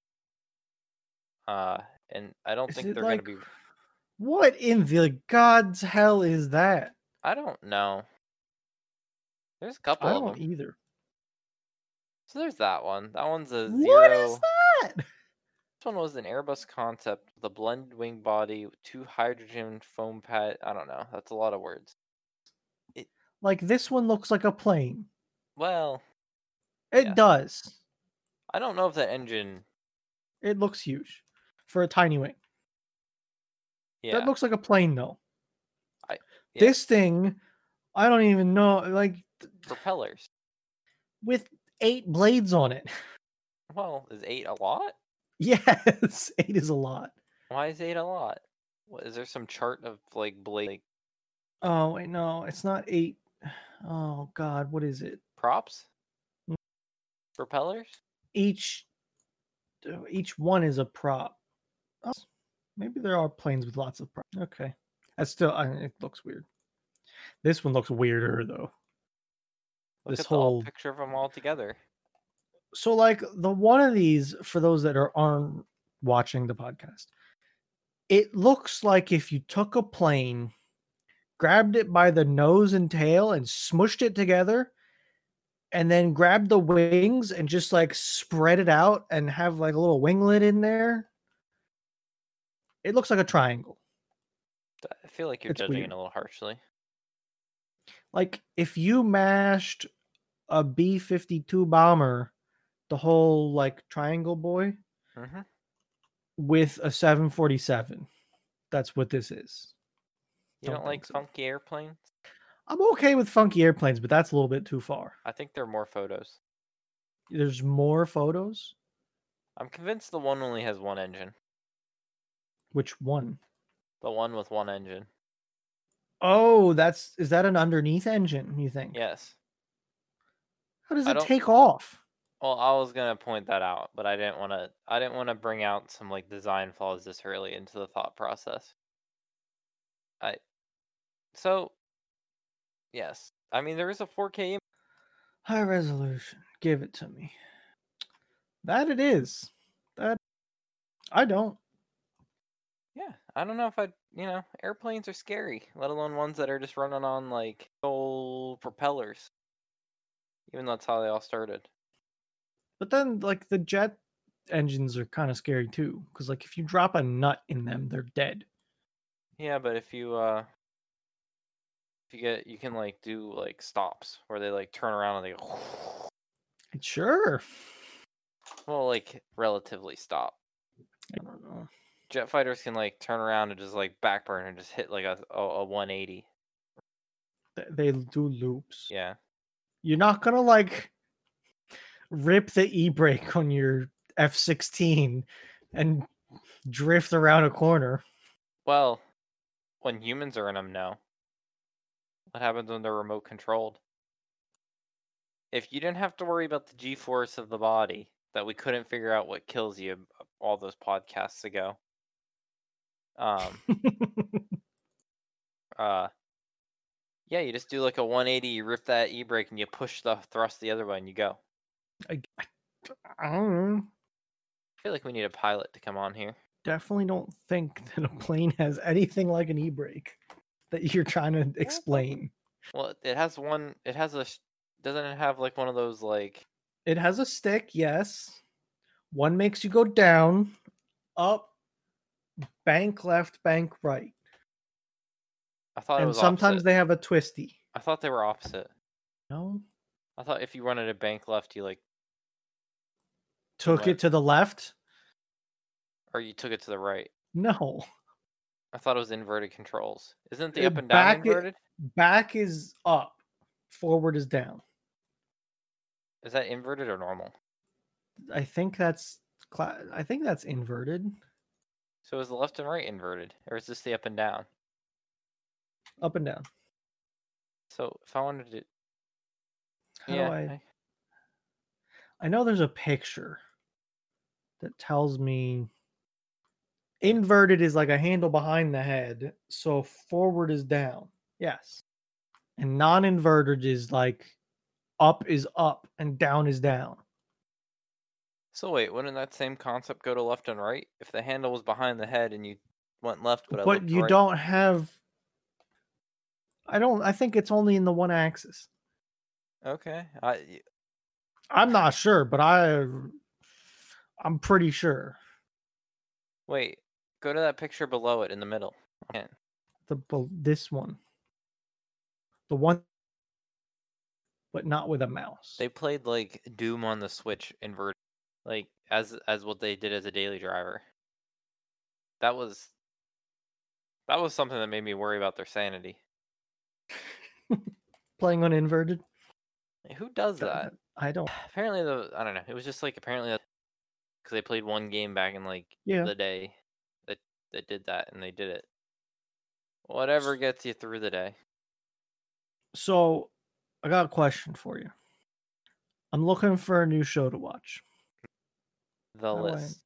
Speaker 1: Uh, and I don't
Speaker 2: Is
Speaker 1: think
Speaker 2: it
Speaker 1: they're
Speaker 2: like
Speaker 1: gonna be.
Speaker 2: what in the god's hell is that?
Speaker 1: I don't know. There's a couple
Speaker 2: I
Speaker 1: of
Speaker 2: don't
Speaker 1: them.
Speaker 2: either.
Speaker 1: So there's that one. That one's a zero.
Speaker 2: What is that?
Speaker 1: This one was an Airbus concept with a blended wing body, with two hydrogen foam pad. I don't know. That's a lot of words.
Speaker 2: Like this one looks like a plane.
Speaker 1: Well,
Speaker 2: It
Speaker 1: Yeah.
Speaker 2: does.
Speaker 1: I don't know if that engine.
Speaker 2: It looks huge for a tiny wing.
Speaker 1: Yeah,
Speaker 2: That looks like a plane though.
Speaker 1: I- yeah.
Speaker 2: This thing, I don't even know. Like
Speaker 1: propellers.
Speaker 2: with eight blades on it. (laughs)
Speaker 1: Well, is eight a lot?
Speaker 2: Yes, (laughs) eight is a lot.
Speaker 1: Why is eight a lot? What, is there some chart of like blade like,
Speaker 2: Oh wait, no, it's not eight. Oh god, what is it?
Speaker 1: props,
Speaker 2: Mm.
Speaker 1: propellers?
Speaker 2: Each uh, each one is a prop. Oh, maybe there are planes with lots of props. Okay, that's still. I it looks weird. This one looks weirder though.
Speaker 1: Look
Speaker 2: This
Speaker 1: at the whole
Speaker 2: whole-
Speaker 1: picture of them all together.
Speaker 2: So like the one of these for those that are aren't watching the podcast, it looks like if you took a plane, grabbed it by the nose and tail and smushed it together, and then grabbed the wings and just like spread it out and have like a little winglet in there. It looks like a triangle.
Speaker 1: Th- I feel like you're
Speaker 2: It's
Speaker 1: judging
Speaker 2: weird.
Speaker 1: it a little harshly.
Speaker 2: Like if you mashed a B 52 bomber, the whole like triangle boy,
Speaker 1: hmm
Speaker 2: with a 747. That's what this is.
Speaker 1: You don't,
Speaker 2: Don't think
Speaker 1: like
Speaker 2: so.
Speaker 1: funky airplanes?
Speaker 2: I'm okay with funky airplanes, but that's a little bit too far.
Speaker 1: I think there are more photos.
Speaker 2: There's more photos.
Speaker 1: I'm convinced the one only has one engine.
Speaker 2: Which one?
Speaker 1: The one with one engine.
Speaker 2: Oh, that's is that an underneath engine, you think?
Speaker 1: Yes.
Speaker 2: How does
Speaker 1: I
Speaker 2: it
Speaker 1: don't-
Speaker 2: take off?
Speaker 1: Well, I was gonna point that out, but I didn't want to. I didn't want to bring out some like design flaws this early into the thought process. I, so, yes, I mean, there is a 4K. im-
Speaker 2: High resolution. Give it to me. That it is. That I don't.
Speaker 1: Yeah, I don't know if I, you know, airplanes are scary, let alone ones that are just running on like old propellers. Even though that's how they all started.
Speaker 2: But then like the jet engines are kind of scary too cuz like if you drop a nut in them, they're dead.
Speaker 1: Yeah, but if you uh if you get you can like do like stops where they like turn around and they go (laughs)
Speaker 2: And sure.
Speaker 1: well like relatively stop.
Speaker 2: I don't know.
Speaker 1: Jet fighters can like turn around and just like backburn and just hit like a a, a 180.
Speaker 2: Th- They do loops.
Speaker 1: Yeah.
Speaker 2: You're not going to like rip the e-brake on your F16 and drift around a corner.
Speaker 1: Well, when humans are in them, no. What happens when they're remote controlled? If you didn't have to worry about the g force of the body that we couldn't figure out what kills you uh, all those podcasts ago, um, uh, yeah, you just do like a 180, you rip that e brake, and you push the thrust the other way, and you go.
Speaker 2: I, I, (laughs) I don't know.
Speaker 1: I feel like we need a pilot to come on here.
Speaker 2: definitely don't think that a plane has anything like an e-brake that you're trying to explain.
Speaker 1: Well, it- it has one. It has a. sh- Doesn't it have like one of those like?
Speaker 2: It has a stick, yes. One makes you go down, up, bank left, bank right.
Speaker 1: I thought Oh, it
Speaker 2: and
Speaker 1: was
Speaker 2: sometimes
Speaker 1: opposite.
Speaker 2: they have a twisty.
Speaker 1: I thought they were opposite.
Speaker 2: No.
Speaker 1: I thought if you run at a bank left, you like,
Speaker 2: Took
Speaker 1: Right.
Speaker 2: it to the left?
Speaker 1: or you took it to the right.
Speaker 2: No.
Speaker 1: I thought it was inverted controls. Isn't the
Speaker 2: Uh,
Speaker 1: up and down
Speaker 2: back it-
Speaker 1: inverted?
Speaker 2: Back is up, forward is down.
Speaker 1: Is that inverted or normal?
Speaker 2: I think that's cla- I think that's inverted.
Speaker 1: So is the left and right inverted, or is this the up and down?
Speaker 2: Up and down.
Speaker 1: So if I wanted to,
Speaker 2: How
Speaker 1: yeah,
Speaker 2: do I
Speaker 1: I-
Speaker 2: I know there's a picture that tells me inverted is like a handle behind the head, so forward is down. Yes. And non inverted is like up is up and down is down.
Speaker 1: so wait, wouldn't that same concept go to left and right if the handle was behind the head and you went left, but I
Speaker 2: But,
Speaker 1: looked
Speaker 2: you
Speaker 1: right?
Speaker 2: don't have I don't I think it's only in the one axis.
Speaker 1: Okay, I y-
Speaker 2: I'm not sure, but I I'm pretty sure.
Speaker 1: wait. Go to that picture below it in the middle. Okay.
Speaker 2: the bel- this one the one but not with a mouse
Speaker 1: They played like Doom on the Switch inverted, like as as what they did as a daily driver. That was that was something that made me worry about their sanity.
Speaker 2: playing on inverted
Speaker 1: Like, Who does
Speaker 2: Th-
Speaker 1: that?
Speaker 2: th- i don't
Speaker 1: Apparently, the I don't know. It was just like apparently because they played one game back in like
Speaker 2: yeah
Speaker 1: the day that that did that, and they did it. Whatever gets you through the day.
Speaker 2: so i got a question for you i'm looking for a new show to watch
Speaker 1: The
Speaker 2: How do I-
Speaker 1: list.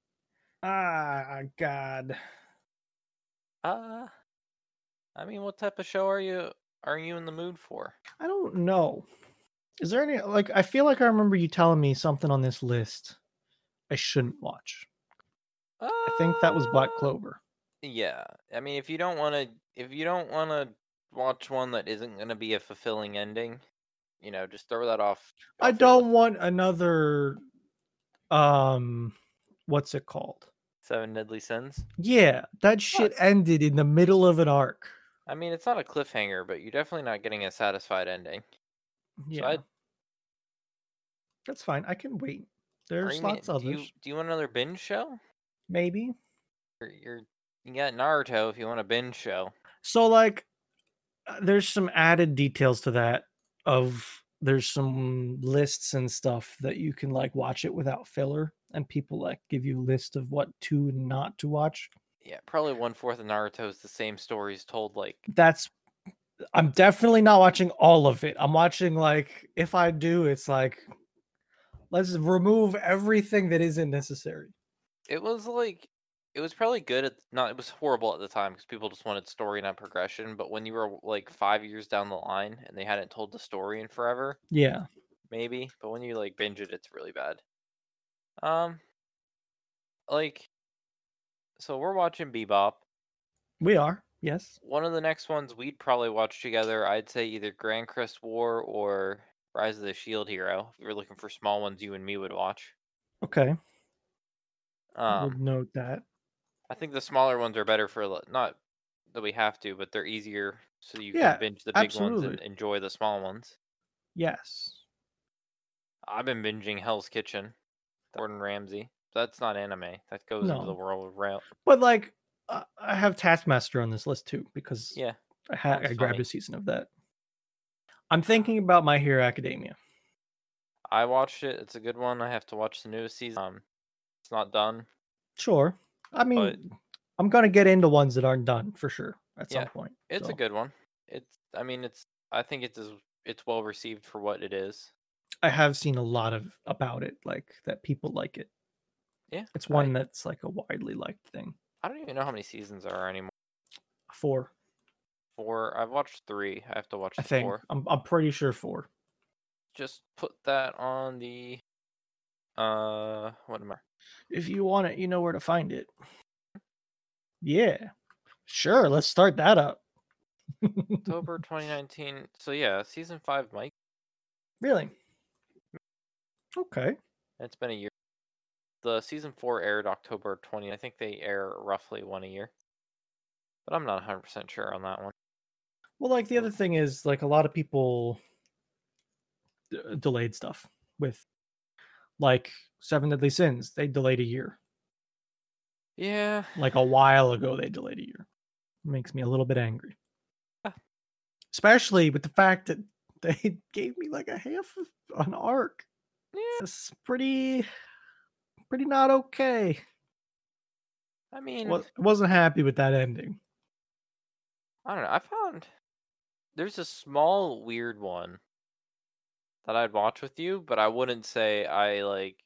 Speaker 2: ah god
Speaker 1: Ah, I mean, what type of show are you are you in the mood for?
Speaker 2: i don't know is there any like i feel like i remember you telling me something on this list i shouldn't watch i think that was black
Speaker 1: Ah,
Speaker 2: clover
Speaker 1: Yeah, I mean, if you don't want to, if you don't want to watch one that isn't going to be a fulfilling ending, you know, just throw that off.
Speaker 2: I
Speaker 1: off your list.
Speaker 2: don't want another um what's it called?
Speaker 1: Seven Deadly Sins.
Speaker 2: Yeah, that shit ended in the middle of an arc.
Speaker 1: I mean, it's not a cliffhanger, but you're definitely not getting a satisfied ending.
Speaker 2: Yeah.
Speaker 1: I-
Speaker 2: That's fine. I can wait.
Speaker 1: Or
Speaker 2: There's
Speaker 1: you mean-
Speaker 2: lots of
Speaker 1: do you
Speaker 2: others.
Speaker 1: do you want another binge show?
Speaker 2: Maybe.
Speaker 1: You're, you're you got Naruto if you want a binge show.
Speaker 2: So like uh, there's some added details to that of there's some lists and stuff that you can like watch it without filler and people like give you a list of what to and not to watch.
Speaker 1: Yeah, probably one fourth of Naruto is the same stories told like
Speaker 2: that's I'm definitely not watching all of it. I'm watching like if I do, it's like let's remove everything that isn't necessary.
Speaker 1: it was like it was probably good at not it was horrible at the time because people just wanted story not progression but when you were like five years down the line and they hadn't told the story in forever
Speaker 2: Yeah.
Speaker 1: maybe but when you like binge it it's really bad um like so we're watching bebop
Speaker 2: We are. Yes.
Speaker 1: one of the next ones we'd probably watch together i'd say either grand crest war or rise of the shield hero if we were looking for small ones you and me would watch
Speaker 2: Okay.
Speaker 1: um
Speaker 2: we'll note that.
Speaker 1: I think the smaller ones are better for li- not that we have to, but they're easier so you
Speaker 2: Yeah,
Speaker 1: can binge the big ones and
Speaker 2: absolutely.
Speaker 1: enjoy the small ones.
Speaker 2: Yes.
Speaker 1: I've been binging Hell's Kitchen, Gordon Ramsay. That's not anime. That goes into the
Speaker 2: No.
Speaker 1: world of rail.
Speaker 2: But like, uh, I have Taskmaster on this list too because
Speaker 1: Yeah,
Speaker 2: I, ha-
Speaker 1: that's
Speaker 2: I
Speaker 1: funny.
Speaker 2: grabbed a season of that. I'm thinking about My Hero Academia.
Speaker 1: I watched it. It's a good one. I have to watch the newest season. Um, it's not done.
Speaker 2: Sure. I mean, I'm gonna get into ones that aren't done for sure at
Speaker 1: Yeah,
Speaker 2: some point.
Speaker 1: It's
Speaker 2: so.
Speaker 1: a good one. It's. I mean, it's. I think it's. as- It's well received for what it is.
Speaker 2: I have seen a lot of about it, like that people like it.
Speaker 1: Yeah,
Speaker 2: It's
Speaker 1: I-
Speaker 2: one that's like a widely liked thing.
Speaker 1: I don't even know how many seasons there are anymore.
Speaker 2: Four,
Speaker 1: Four. I've watched three. I have to watch
Speaker 2: I
Speaker 1: the
Speaker 2: think.
Speaker 1: four.
Speaker 2: I'm I'm pretty sure four.
Speaker 1: just put that on the uh what am I?
Speaker 2: If you want it, you know where to find it. Yeah. Sure, let's start that up. (laughs)
Speaker 1: October 2019. So yeah, season 5 Mike.
Speaker 2: really? Okay.
Speaker 1: It's been a year. The season 4 aired October 20. I think they air roughly one a year. But I'm not 100% sure on that one.
Speaker 2: Well, like the other thing is like a lot of people d- delayed stuff with like Seven Deadly Sins. They delayed a year.
Speaker 1: Yeah.
Speaker 2: Like a while ago they delayed a year. makes me a little bit angry.
Speaker 1: Yeah.
Speaker 2: Especially with the fact that they (laughs) gave me like a half of an arc.
Speaker 1: Yeah.
Speaker 2: That's pretty pretty not okay.
Speaker 1: I mean,
Speaker 2: Wa- wasn't happy with that ending.
Speaker 1: I don't know. I found there's a small weird one that I'd watch with you, but I wouldn't say I like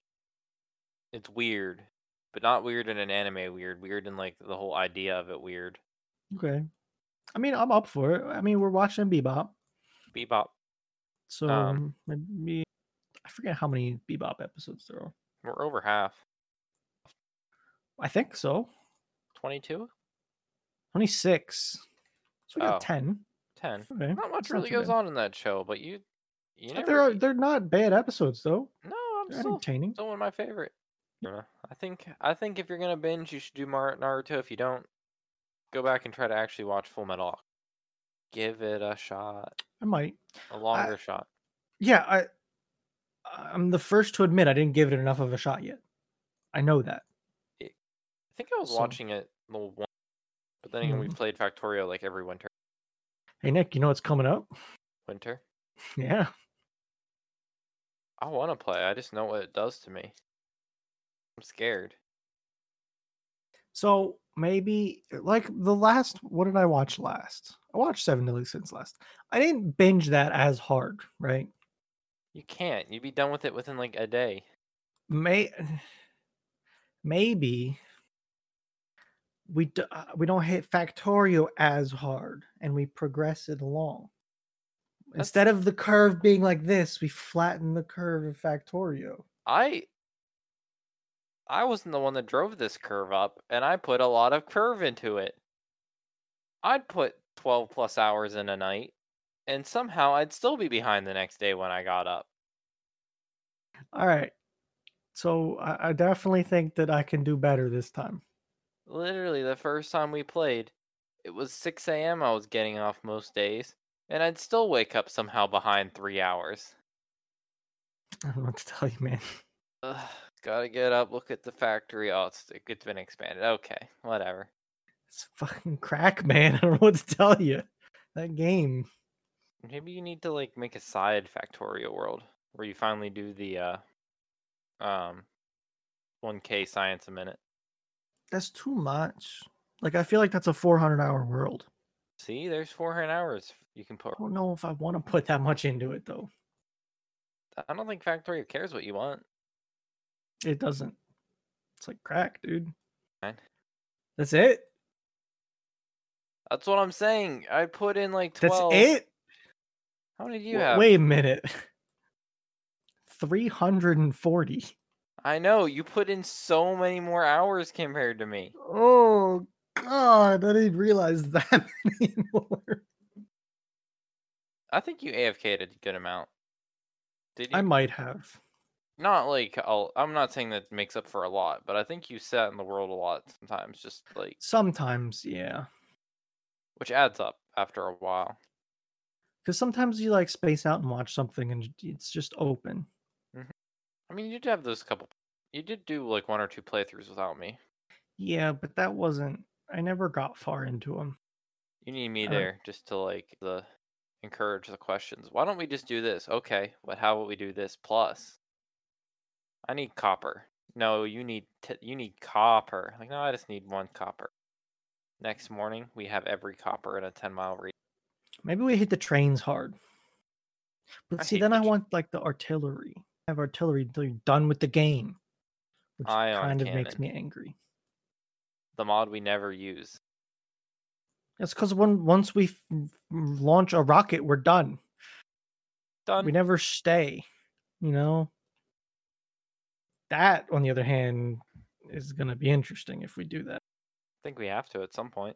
Speaker 1: it's weird, but not weird in an anime weird, weird in like the whole idea of it weird.
Speaker 2: Okay. I mean, I'm up for it. I mean, we're watching Bebop.
Speaker 1: Bebop.
Speaker 2: So
Speaker 1: Um,
Speaker 2: maybe I forget how many Bebop episodes there are.
Speaker 1: We're over half.
Speaker 2: I think so.
Speaker 1: 22?
Speaker 2: Twenty six. So we
Speaker 1: Oh.
Speaker 2: got ten.
Speaker 1: 10.
Speaker 2: Okay.
Speaker 1: Not much
Speaker 2: Hmm, That's not
Speaker 1: really
Speaker 2: too
Speaker 1: goes
Speaker 2: bad.
Speaker 1: on in that show, but you you
Speaker 2: But
Speaker 1: never,
Speaker 2: They're they're not bad episodes though.
Speaker 1: No, I'm
Speaker 2: They're
Speaker 1: still
Speaker 2: entertaining.
Speaker 1: still one of my favorite. Yeah, I think I think if you're gonna binge, you should do Mar- Naruto. If you don't, go back and try to actually watch Full Metal. Alchemist. Give it a shot,
Speaker 2: I might.
Speaker 1: a longer shot.
Speaker 2: Yeah, I I'm the first to admit I didn't give it enough of a shot yet. I know that.
Speaker 1: I think I was
Speaker 2: so-
Speaker 1: watching it the one, but then again, we
Speaker 2: Mhm.
Speaker 1: played Factorio like every winter.
Speaker 2: Hey Nick, you know what's coming up? (laughs)
Speaker 1: Winter,
Speaker 2: Yeah.
Speaker 1: I want to play. I just know what it does to me. I'm scared.
Speaker 2: So maybe like the last what did I watch last? I watched Seven Deadly Sins last. I didn't binge that as hard, right?
Speaker 1: You can't. You'd be done with it within like a day.
Speaker 2: may maybe we do, uh, we don't hit factorio as hard and we progress it along
Speaker 1: That's-
Speaker 2: instead of the curve being like this we flatten the curve of factorio
Speaker 1: I I wasn't the one that drove this curve up, and I put a lot of curve into it. I'd put 12 plus hours in a night, and somehow I'd still be behind the next day when I got up.
Speaker 2: all right so I, I definitely think that i can do better this time
Speaker 1: Literally, the first time we played, it was 6 a.m. I was getting off most days, and I'd still wake up somehow behind three hours.
Speaker 2: (laughs) i don't know what to tell you man
Speaker 1: Ugh, gotta get up, look at the factory. Oh, it's, it's been expanded. Okay, whatever.
Speaker 2: it's fucking crack man (laughs) i don't know what to tell you that game
Speaker 1: Maybe you need to like make a side Factorio world where you finally do the uh um 1K science a minute.
Speaker 2: that's too much like i feel like that's a 400 hour world
Speaker 1: See, there's 400 hours you can put.
Speaker 2: I don't know if I want to put that much into it though.
Speaker 1: I don't think Factorio cares what you want.
Speaker 2: It doesn't. It's like crack, dude.
Speaker 1: Right.
Speaker 2: That's it.
Speaker 1: That's what I'm saying. I put in like
Speaker 2: That's
Speaker 1: twelve.
Speaker 2: it.
Speaker 1: How many did you
Speaker 2: W-
Speaker 1: have?
Speaker 2: Wait a minute. (laughs) 340.
Speaker 1: I know you put in so many more hours compared to me.
Speaker 2: Oh god, I didn't realize (laughs) that anymore.
Speaker 1: I think you AFK'd a good amount. Did you?
Speaker 2: I might have.
Speaker 1: not like i I'm not saying that makes up for a lot, but I think you sat in the world a lot sometimes, just like
Speaker 2: Sometimes, yeah.
Speaker 1: which adds up after a while.
Speaker 2: Because sometimes you like space out and watch something and it's just open.
Speaker 1: I mean, you did have those couple. You did do like one or two playthroughs without me.
Speaker 2: Yeah, but that wasn't. I never got far into them.
Speaker 1: You need me
Speaker 2: Uh,
Speaker 1: there just to like the encourage the questions. Why don't we just do this? Okay, but how would we do this? Plus, I need copper. No, you need t- you need copper. Like no, I just need one copper. Next morning, we have every copper in a ten mile radius.
Speaker 2: Maybe we hit the trains hard. But
Speaker 1: I
Speaker 2: see,
Speaker 1: hate
Speaker 2: then
Speaker 1: the
Speaker 2: I
Speaker 1: tr-
Speaker 2: want like the artillery. Have artillery until you're done with the game, which
Speaker 1: Ion
Speaker 2: kind of makes me
Speaker 1: cannon.
Speaker 2: angry.
Speaker 1: The mod we never use.
Speaker 2: That's because when once we f- f- launch a rocket, we're done.
Speaker 1: Done.
Speaker 2: we never stay you know that on the other hand is going to be interesting if we do that
Speaker 1: I think we have to at some point.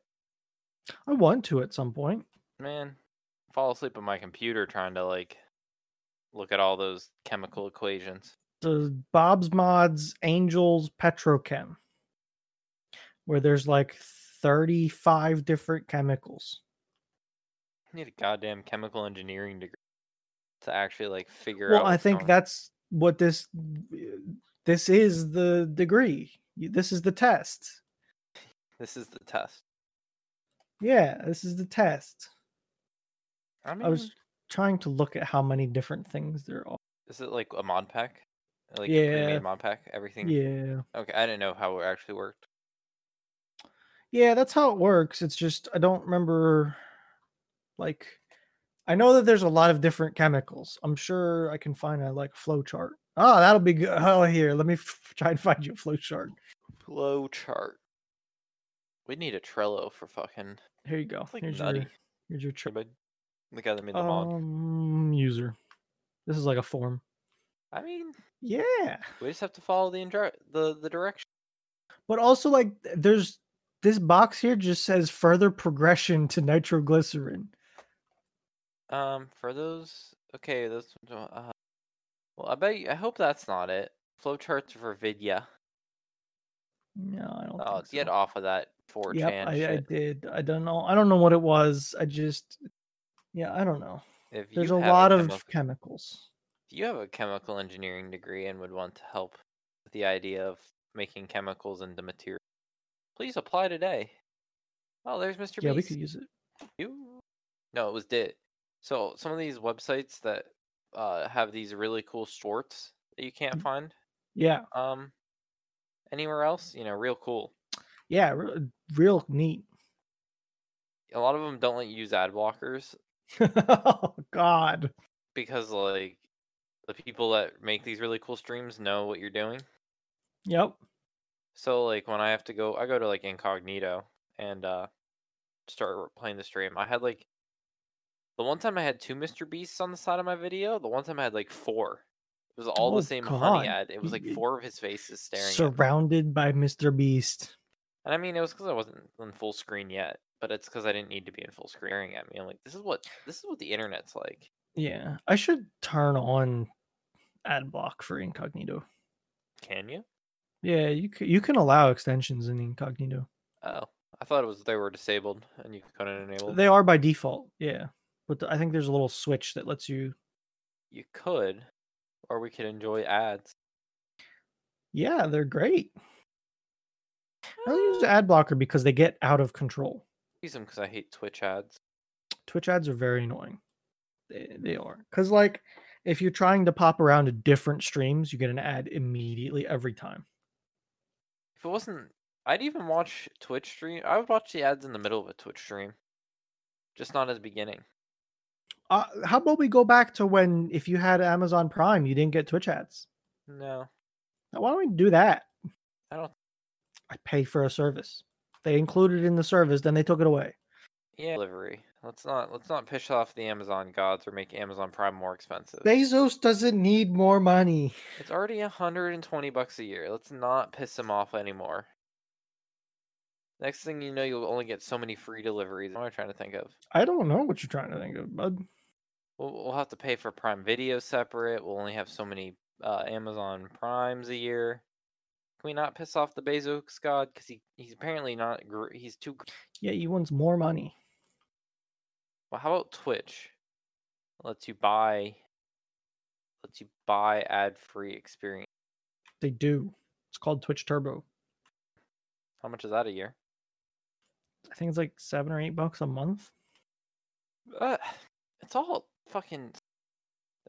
Speaker 2: i want to at some point
Speaker 1: Man, fall asleep on my computer trying to like look at all those chemical equations.
Speaker 2: the bob's mods angels petrochem where there's like 35 different chemicals
Speaker 1: I need a goddamn chemical engineering degree to actually like figure out.
Speaker 2: well i
Speaker 1: what's
Speaker 2: think
Speaker 1: going-
Speaker 2: that's what this this is the degree Y- this is the test
Speaker 1: this is the test.
Speaker 2: yeah this is the test
Speaker 1: I mean,
Speaker 2: i was trying to look at how many different things there are
Speaker 1: is it like a mod pack? Like a pre-made
Speaker 2: Yeah.
Speaker 1: mod pack, everything.
Speaker 2: yeah
Speaker 1: Okay, I didn't know how it actually worked.
Speaker 2: Yeah, that's how it works. It's just I don't remember like I know that there's a lot of different chemicals. I'm sure I can find a like flow chart. Oh, that'll be good. Oh, here, let me f- try and find you a flow chart.
Speaker 1: Flow chart. We need a Trello for fucking.
Speaker 2: Here you go.
Speaker 1: It's like
Speaker 2: here's
Speaker 1: nutty.
Speaker 2: your here's your chart.
Speaker 1: Everybody, the guy that made the mod.
Speaker 2: Um, user. This is like a form.
Speaker 1: I mean,
Speaker 2: Yeah,
Speaker 1: we just have to follow the indri- the the direction.
Speaker 2: but also like th- there's this box here just says further progression to nitroglycerin.
Speaker 1: Um, for those, okay, those. don't- Uh, well, I bet you, I hope that's not it. Flowcharts for Vidya.
Speaker 2: No, I don't.
Speaker 1: Oh,
Speaker 2: think so.
Speaker 1: get off of that 4chan
Speaker 2: Yep, I, I
Speaker 1: shit.
Speaker 2: did. I don't know. I don't know what it was. I just, yeah, I don't know.
Speaker 1: if
Speaker 2: There's
Speaker 1: you
Speaker 2: a
Speaker 1: have
Speaker 2: lot of
Speaker 1: chemical-
Speaker 2: chemicals.
Speaker 1: if you have a chemical engineering degree and would want to help with the idea of making chemicals into material, please apply today. Oh, there's Mr.
Speaker 2: Yeah, we
Speaker 1: Beast.
Speaker 2: could use it.
Speaker 1: You? No, it was dit. So some of these websites that uh, have these really cool shorts that you can't
Speaker 2: Mm.
Speaker 1: find
Speaker 2: Yeah,
Speaker 1: um anywhere else, you know, real cool.
Speaker 2: yeah, re- real neat. (laughs)
Speaker 1: A lot of them don't let you use ad blockers
Speaker 2: oh God.
Speaker 1: because like the people that make these really cool streams know what you're doing.
Speaker 2: Yep.
Speaker 1: So like when I have to go, I go to like incognito and uh start r- playing the stream. I had like the one time I had two Mr. Beasts on the side of my video. The one time I had like four. It was all
Speaker 2: Oh,
Speaker 1: the same honey
Speaker 2: God.
Speaker 1: ad. It was like
Speaker 2: Y- y-
Speaker 1: four of his faces staring. at me.
Speaker 2: Surrounded by Mr. Beast.
Speaker 1: And I mean, it was because I wasn't in full screen yet, but it's because I didn't need to be in full screen staring at me. I'm like, this is what this is what the internet's like.
Speaker 2: Yeah, I should turn on ad block for incognito.
Speaker 1: Can you?
Speaker 2: Yeah, you c- you can allow extensions in incognito.
Speaker 1: Oh, I thought it was they were disabled and you couldn't enable. them.
Speaker 2: They are by default. Yeah, but th- I think there's a little switch that lets you.
Speaker 1: You could, or we could enjoy ads.
Speaker 2: Yeah, they're great. I only use
Speaker 1: Eh. Ah.
Speaker 2: ad blocker because they get out of control.
Speaker 1: use them because I hate Twitch ads.
Speaker 2: Twitch ads are very annoying. They, they are. Because, like, if you're trying to pop around to different streams, you get an ad immediately every time.
Speaker 1: If it wasn't, I'd even watch Twitch stream. I would watch the ads in the middle of a Twitch stream, just not at the beginning.
Speaker 2: Uh, how about we go back to when, if you had Amazon Prime, you didn't get Twitch ads?
Speaker 1: No,
Speaker 2: Now, Why don't we do that?
Speaker 1: I don't.
Speaker 2: I pay for a service. They included it in the service, then they took it away.
Speaker 1: Yeah, delivery. Let's not let's not piss off the Amazon gods or make Amazon Prime more expensive.
Speaker 2: Bezos doesn't need more money.
Speaker 1: It's already 120 bucks a year. Let's not piss him off anymore. Next thing you know, you'll only get so many free deliveries. What am I trying to think of?
Speaker 2: I don't know what you're trying to think of, bud.
Speaker 1: We'll, we'll have to pay for Prime Video separate. We'll only have so many uh, Amazon Primes a year. Can we not piss off the Bezos god? Because he, he's apparently not. gr- He's too. gr-
Speaker 2: Yeah, he wants more money.
Speaker 1: Well, how about Twitch? Lets you buy. Lets you buy ad free experience.
Speaker 2: They do. It's called Twitch Turbo.
Speaker 1: How much is that a year?
Speaker 2: I think it's like seven or eight bucks a month.
Speaker 1: Uh, it's all fucking.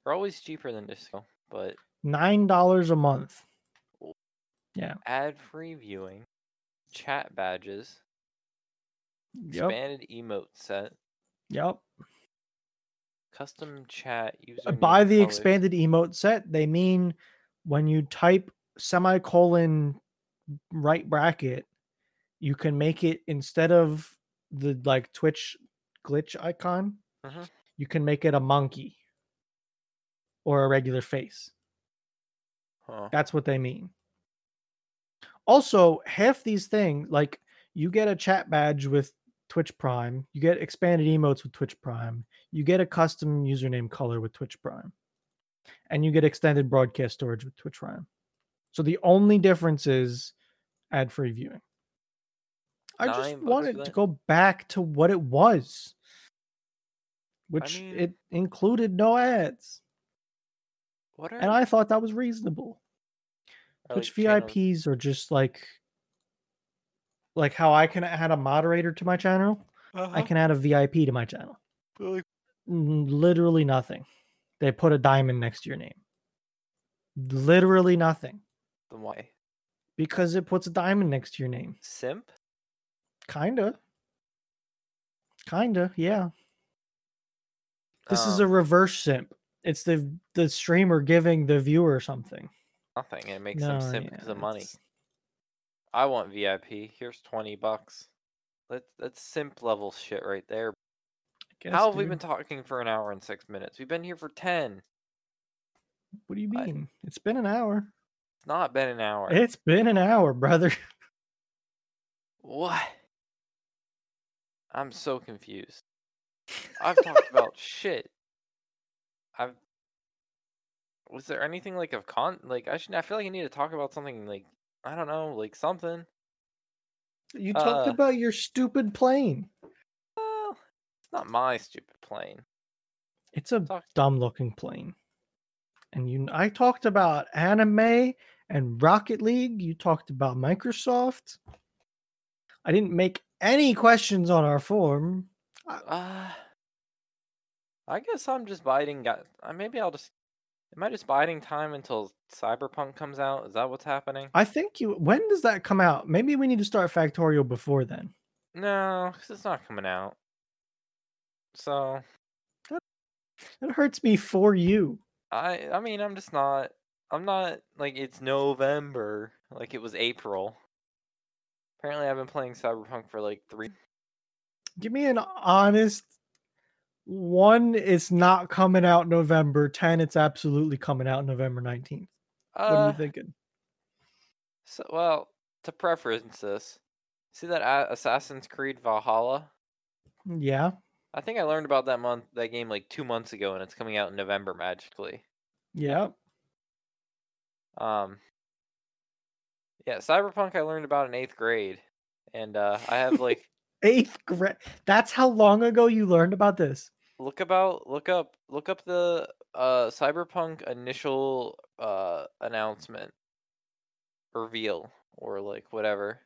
Speaker 1: They're always cheaper than Disco, but
Speaker 2: Nine dollars a month.
Speaker 1: ad free viewing, chat badges,
Speaker 2: Yep.
Speaker 1: expanded emote set,
Speaker 2: Yep.
Speaker 1: custom chat
Speaker 2: Uh,
Speaker 1: user.
Speaker 2: By the expanded emote set, they mean when you type semicolon right bracket, you can make it instead of the like Twitch glitch icon,
Speaker 1: Mhm.
Speaker 2: you can make it a monkey or a regular face.
Speaker 1: Huh.
Speaker 2: That's what they mean. Also, half these things, like you get a chat badge with Twitch Prime, you get expanded emotes with Twitch Prime, you get a custom username color with Twitch Prime, and you get extended broadcast storage with Twitch Prime. So the only difference is ad free viewing. I
Speaker 1: Nine
Speaker 2: just
Speaker 1: bucks for
Speaker 2: wanted to
Speaker 1: that?
Speaker 2: go back to what it was, which
Speaker 1: mean-
Speaker 2: it included no ads.
Speaker 1: What are
Speaker 2: And I thought that was reasonable.
Speaker 1: are,
Speaker 2: Twitch
Speaker 1: like, channels-
Speaker 2: VIPs are just like like how I can add a moderator to my channel,
Speaker 1: Uh-huh.
Speaker 2: I can add a VIP to my channel. N- Literally nothing. They put a diamond next to your name. Literally nothing
Speaker 1: Then why?
Speaker 2: because it puts a diamond next to your name.
Speaker 1: Simp?
Speaker 2: Kinda. Kinda, yeah. This is a
Speaker 1: Um,
Speaker 2: reverse simp. It's the the streamer giving the viewer something.
Speaker 1: nothing. It makes them
Speaker 2: No,
Speaker 1: simp because
Speaker 2: yeah,
Speaker 1: of money.
Speaker 2: it's-
Speaker 1: I want VIP. Here's twenty bucks. That that's simp level shit right there.
Speaker 2: I guess,
Speaker 1: How have we been
Speaker 2: dude.
Speaker 1: talking for an hour and six minutes? We've been here for ten.
Speaker 2: What do you
Speaker 1: I-
Speaker 2: mean? It's been an hour.
Speaker 1: It's not been an hour.
Speaker 2: It's been an hour, brother.
Speaker 1: What? I'm so confused. I've talked about shit. I've. Was there anything like of con? Like I should. I feel like I need to talk about something. Like I don't know. Like something.
Speaker 2: You talked
Speaker 1: Uh,
Speaker 2: about your stupid plane.
Speaker 1: Well, it's not my stupid plane.
Speaker 2: It's a
Speaker 1: Talk.
Speaker 2: dumb looking plane. And you I talked about anime and Rocket League. You talked about Microsoft. I didn't make any questions on our form.
Speaker 1: Uh, I guess I'm just biding. Got uh, maybe I'll just. Am I just biding time until Cyberpunk comes out? Is that what's happening?
Speaker 2: I think you when does that come out? Maybe we need to start Factorio before then.
Speaker 1: No, because it's not coming out. So
Speaker 2: That hurts me for you.
Speaker 1: I I mean I'm just not I'm not like it's November like it was April. Apparently I've been playing Cyberpunk for like 3
Speaker 2: Give me an honest one, it's not coming out November 10. It's absolutely coming out November 19th. What are
Speaker 1: uh,
Speaker 2: you thinking?
Speaker 1: So well, to preference this. See that A- Assassin's Creed Valhalla?
Speaker 2: Yeah.
Speaker 1: I think I learned about that month that game like 2 months ago and it's coming out in November magically.
Speaker 2: Yeah.
Speaker 1: Um Yeah, Cyberpunk I learned about in 8th grade and uh I have like
Speaker 2: Eighth grade. That's how long ago you learned about this.
Speaker 1: look about look up look up the uh cyberpunk initial uh announcement reveal or like whatever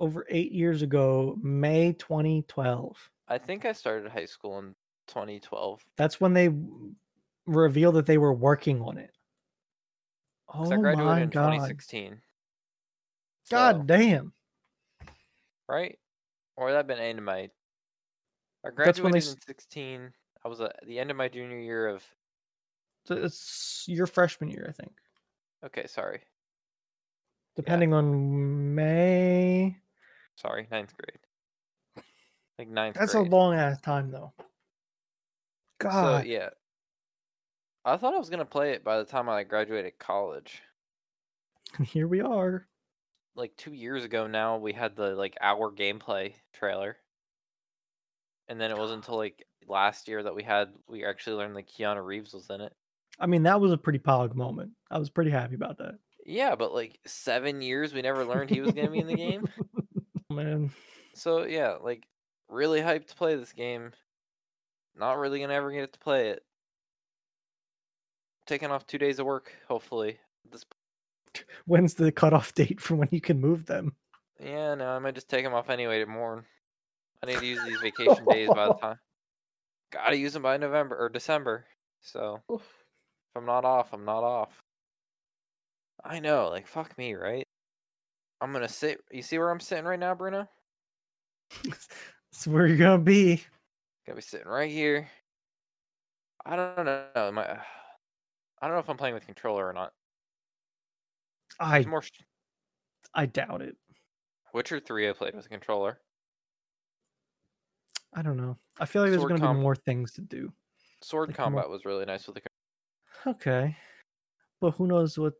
Speaker 2: Over eight years ago, May 2012.
Speaker 1: i think i started high school in 2012
Speaker 2: That's when they w- revealed that they were working on it.
Speaker 1: 'cause
Speaker 2: Oh
Speaker 1: i graduated
Speaker 2: my
Speaker 1: in
Speaker 2: god.
Speaker 1: 2016
Speaker 2: God
Speaker 1: So,
Speaker 2: damn.
Speaker 1: right or that been end of my i
Speaker 2: That's when
Speaker 1: graduated
Speaker 2: they
Speaker 1: in 16 i was at the end of my junior year of
Speaker 2: So It's your freshman year, I think.
Speaker 1: okay sorry
Speaker 2: Depending on May.
Speaker 1: Sorry, ninth grade. Like ninth.
Speaker 2: That's
Speaker 1: grade.
Speaker 2: a long ass time though. God, (laughs)
Speaker 1: So yeah. I thought I was gonna play it by the time I graduated college.
Speaker 2: here we are.
Speaker 1: Like two years ago now, we had the like hour gameplay trailer, and then it wasn't until like last year that we had we actually learned that Keanu Reeves was in it.
Speaker 2: I mean, that was a pretty pog moment. I was pretty happy about that.
Speaker 1: Yeah, but like seven years we never learned he was gonna be in the game.
Speaker 2: (laughs) Man,
Speaker 1: So yeah, like really hyped to play this game. Not really gonna ever get to play it. Taking off two days of work, hopefully. This
Speaker 2: when's the cutoff (laughs) date for when you can move them?
Speaker 1: yeah, no, I might just take them off anyway to mourn. I need to use these vacation days
Speaker 2: (laughs)
Speaker 1: by the time. Gotta use them by November or December. So if I'm not off, I'm not off. I know, like fuck me, right? I'm gonna sit. You see where I'm sitting right now, Bruno?
Speaker 2: That's where you're gonna be.
Speaker 1: Gotta be sitting right here. I don't know. My, I don't know if I'm playing with controller or not.
Speaker 2: I
Speaker 1: It's more sh-
Speaker 2: I doubt it.
Speaker 1: Witcher three. I played with a controller.
Speaker 2: I don't know. I feel like there's
Speaker 1: Sword
Speaker 2: gonna
Speaker 1: comp.
Speaker 2: be more things to do.
Speaker 1: Sword
Speaker 2: Like more-
Speaker 1: combat was really nice with the. con-
Speaker 2: Okay, but who knows what?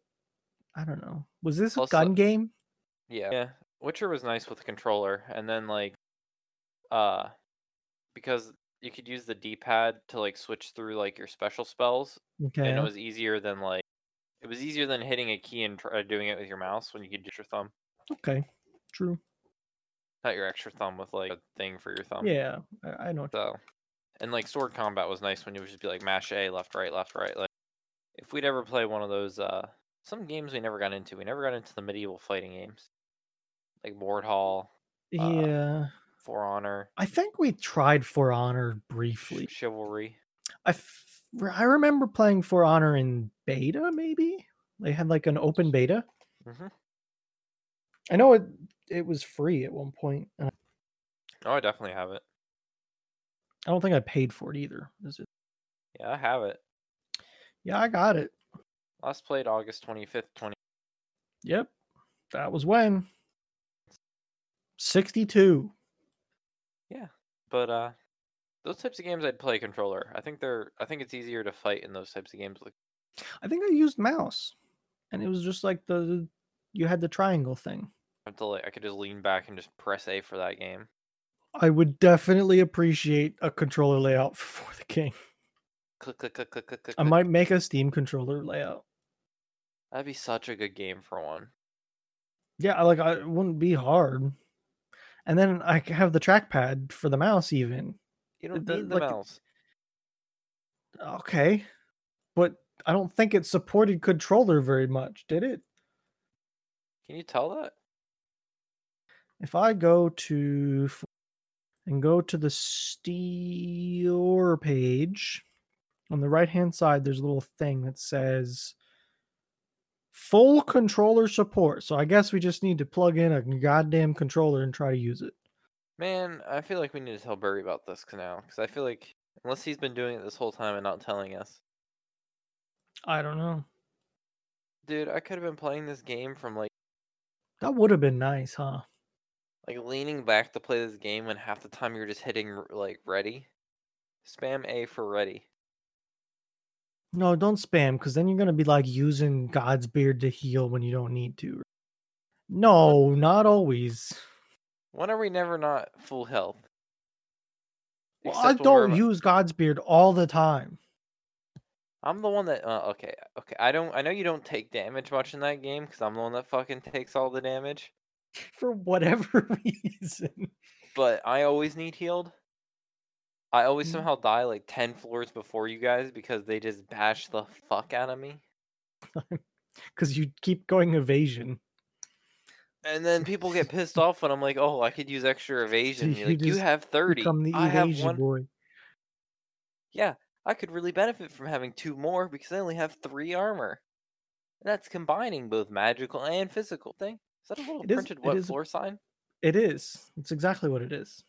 Speaker 2: I don't know. Was this
Speaker 1: Also-
Speaker 2: a gun game?
Speaker 1: Yeah, yeah. Witcher was nice with the controller, and then like, uh, because you could use the D pad to like switch through like your special spells,
Speaker 2: Okay,
Speaker 1: and it was easier than like, it was easier than hitting a key and try doing it with your mouse when you could just your thumb,
Speaker 2: okay, true.
Speaker 1: not your extra thumb with like a thing for your thumb.
Speaker 2: Yeah, I, I know.
Speaker 1: So, and like sword combat was nice when you would just be like mash A, left, right, left, right. Like, if we'd ever play one of those, uh, some games we never got into. We never got into the medieval fighting games, like Board Hall, uh,
Speaker 2: yeah,
Speaker 1: For Honor,
Speaker 2: I think we tried For Honor
Speaker 1: Ch-
Speaker 2: briefly.
Speaker 1: Chivalry.
Speaker 2: I, f- I remember playing For Honor in beta, maybe they had like an open beta.
Speaker 1: Mhm.
Speaker 2: I know it it was free at one point, and
Speaker 1: Oh, I definitely have it.
Speaker 2: I don't think I paid for it either. Is it?
Speaker 1: Yeah, I have it.
Speaker 2: Yeah, I got it.
Speaker 1: Last played August twenty fifth, twenty.
Speaker 2: Yep, that was when sixty two.
Speaker 1: But uh, those types of games I'd play controller. I think they're. I think it's easier to fight in those types of games. Like,
Speaker 2: I think I used mouse, and it was just like the you had the triangle thing.
Speaker 1: until like, I could just lean back and just press A for that game.
Speaker 2: I would definitely appreciate a controller layout (laughs) for the King.
Speaker 1: Click, click, click, click, click, click.
Speaker 2: I
Speaker 1: click.
Speaker 2: might make a Steam controller layout.
Speaker 1: That'd be such a good game for one.
Speaker 2: Yeah, I like I, it wouldn't be hard. And then I c- have the trackpad for the mouse even.
Speaker 1: You don't
Speaker 2: does-
Speaker 1: need the
Speaker 2: like, it-
Speaker 1: mouse.
Speaker 2: Okay. But I don't think it supported controller very much, did it?
Speaker 1: Can you tell that?
Speaker 2: If I go to f- and go to the Steam page, on the right hand side, there's a little thing that says full controller support. So I guess we just need to plug in a goddamn controller and try to use it.
Speaker 1: Man, I feel like we need to tell Burry about this c- now, because I feel like unless he's been doing it this whole time and not telling us,
Speaker 2: I don't know.
Speaker 1: dude, I could have been playing this game from like
Speaker 2: That would have been nice, huh?
Speaker 1: like leaning back to play this game when half the time you're just hitting r- like ready, spam A for ready.
Speaker 2: No, don't spam because then you're gonna be like using God's beard to heal when you don't need to. No, not always.
Speaker 1: When are we never not full health?
Speaker 2: Well, I
Speaker 1: Except when we're
Speaker 2: don't
Speaker 1: about-
Speaker 2: use God's beard all the time. (laughs)
Speaker 1: I'm the one that uh, okay, okay. I don't. I know you don't take damage much in that game because I'm the one that fucking takes all the damage.
Speaker 2: For whatever (laughs) reason.
Speaker 1: but I always need healed. I always
Speaker 2: Mm.
Speaker 1: somehow die like 10 floors before you guys because they just bash the fuck out of me.
Speaker 2: Because you keep going evasion.
Speaker 1: And then people get
Speaker 2: (laughs)
Speaker 1: pissed off when I'm like, oh, I could use extra evasion.
Speaker 2: you
Speaker 1: You're like, you
Speaker 2: just
Speaker 1: have 30.
Speaker 2: Become the
Speaker 1: I have
Speaker 2: evasion
Speaker 1: one.
Speaker 2: boy.
Speaker 1: I could really benefit from having two more because I only have three armor. And that's combining both magical and physical thing. Is that a little
Speaker 2: It is-
Speaker 1: printed
Speaker 2: it
Speaker 1: wet
Speaker 2: is a-
Speaker 1: floor sign?
Speaker 2: It is. It's exactly what it is.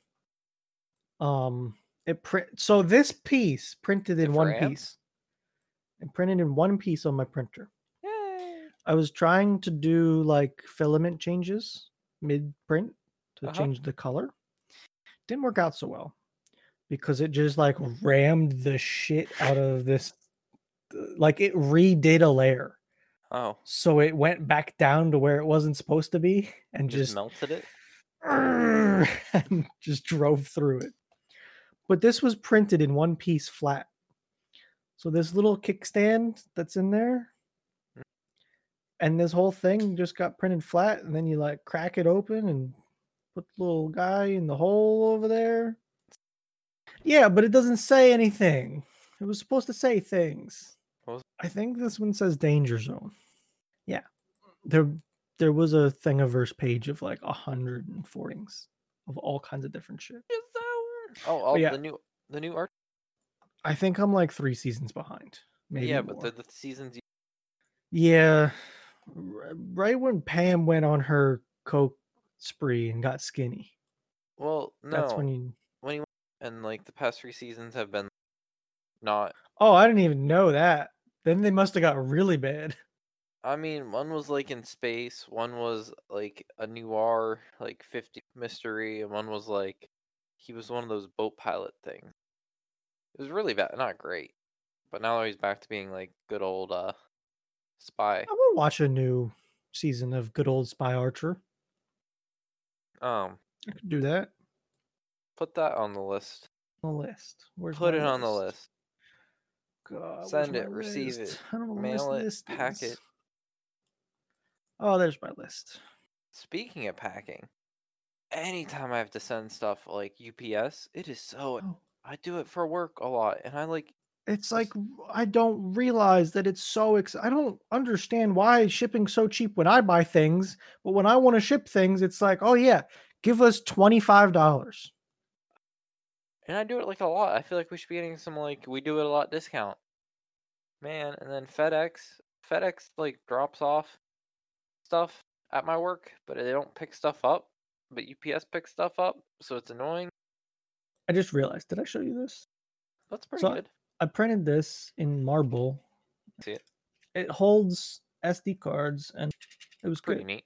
Speaker 2: Um it print so this piece printed
Speaker 1: it
Speaker 2: in
Speaker 1: for
Speaker 2: one
Speaker 1: amp?
Speaker 2: piece. It printed in one piece on my printer.
Speaker 1: Yay.
Speaker 2: I was trying to do like filament changes mid print to
Speaker 1: Uh-huh.
Speaker 2: change the color. Didn't work out so well because it just like rammed the shit out of this. uh, Like it redid a layer,
Speaker 1: Oh,
Speaker 2: so it went back down to where it wasn't supposed to be, and
Speaker 1: just,
Speaker 2: just
Speaker 1: melted
Speaker 2: (laughs)
Speaker 1: it.
Speaker 2: and just drove through it. But this was printed in one piece flat. So this little kickstand that's in there, and this whole thing just got printed flat, and then you like crack it open and put the little guy in the hole over there. Yeah, but it doesn't say anything. It was supposed to say things.
Speaker 1: What was-
Speaker 2: I think this one says danger zone. Yeah. There there was a thing of verse page of like a hundred and fortings of all kinds of different shit.
Speaker 1: Oh, all
Speaker 2: yeah.
Speaker 1: the new the new art.
Speaker 2: I think I'm like three seasons behind. Maybe
Speaker 1: yeah,
Speaker 2: more.
Speaker 1: but the, the seasons. you-
Speaker 2: Yeah. r- Right when Pam went on her coke spree and got skinny.
Speaker 1: Well, no.
Speaker 2: That's when you
Speaker 1: and like the past three seasons have been not.
Speaker 2: Oh, I didn't even know that. Then they must have got really bad.
Speaker 1: I mean, one was like in space, one was like a noir, like 50 mystery, and one was like he was one of those boat pilot things. It was really bad, not great. But now he's back to being like good old uh spy.
Speaker 2: I would watch a new season of Good Old Spy Archer.
Speaker 1: Um,
Speaker 2: I could do that.
Speaker 1: put that on the list.
Speaker 2: On The list. Where's
Speaker 1: Put
Speaker 2: my
Speaker 1: it on the list.
Speaker 2: God, where's
Speaker 1: Send
Speaker 2: my
Speaker 1: it, receive
Speaker 2: list?
Speaker 1: it,
Speaker 2: I don't know what
Speaker 1: mail it,
Speaker 2: list
Speaker 1: pack
Speaker 2: is.
Speaker 1: it.
Speaker 2: Oh, there's my list.
Speaker 1: Speaking of packing, anytime I have to send stuff like UPS, it is so
Speaker 2: Oh,
Speaker 1: I do it for work a lot, and I like
Speaker 2: it's like I don't realize that it's so. Ex- I don't understand why shipping's so cheap when I buy things, but when I want to ship things, it's like, oh yeah, give us twenty five dollars.
Speaker 1: And I do it like a lot. I feel like we should be getting some like we do it a lot discount. Man, and then FedEx FedEx like drops off stuff at my work, but they don't pick stuff up. But UPS picks stuff up, so it's annoying.
Speaker 2: I just realized. Did I show you this?
Speaker 1: That's pretty
Speaker 2: So-
Speaker 1: good.
Speaker 2: I printed this in marble.
Speaker 1: See it?
Speaker 2: It holds SD cards, and it was
Speaker 1: Pretty
Speaker 2: good.
Speaker 1: neat.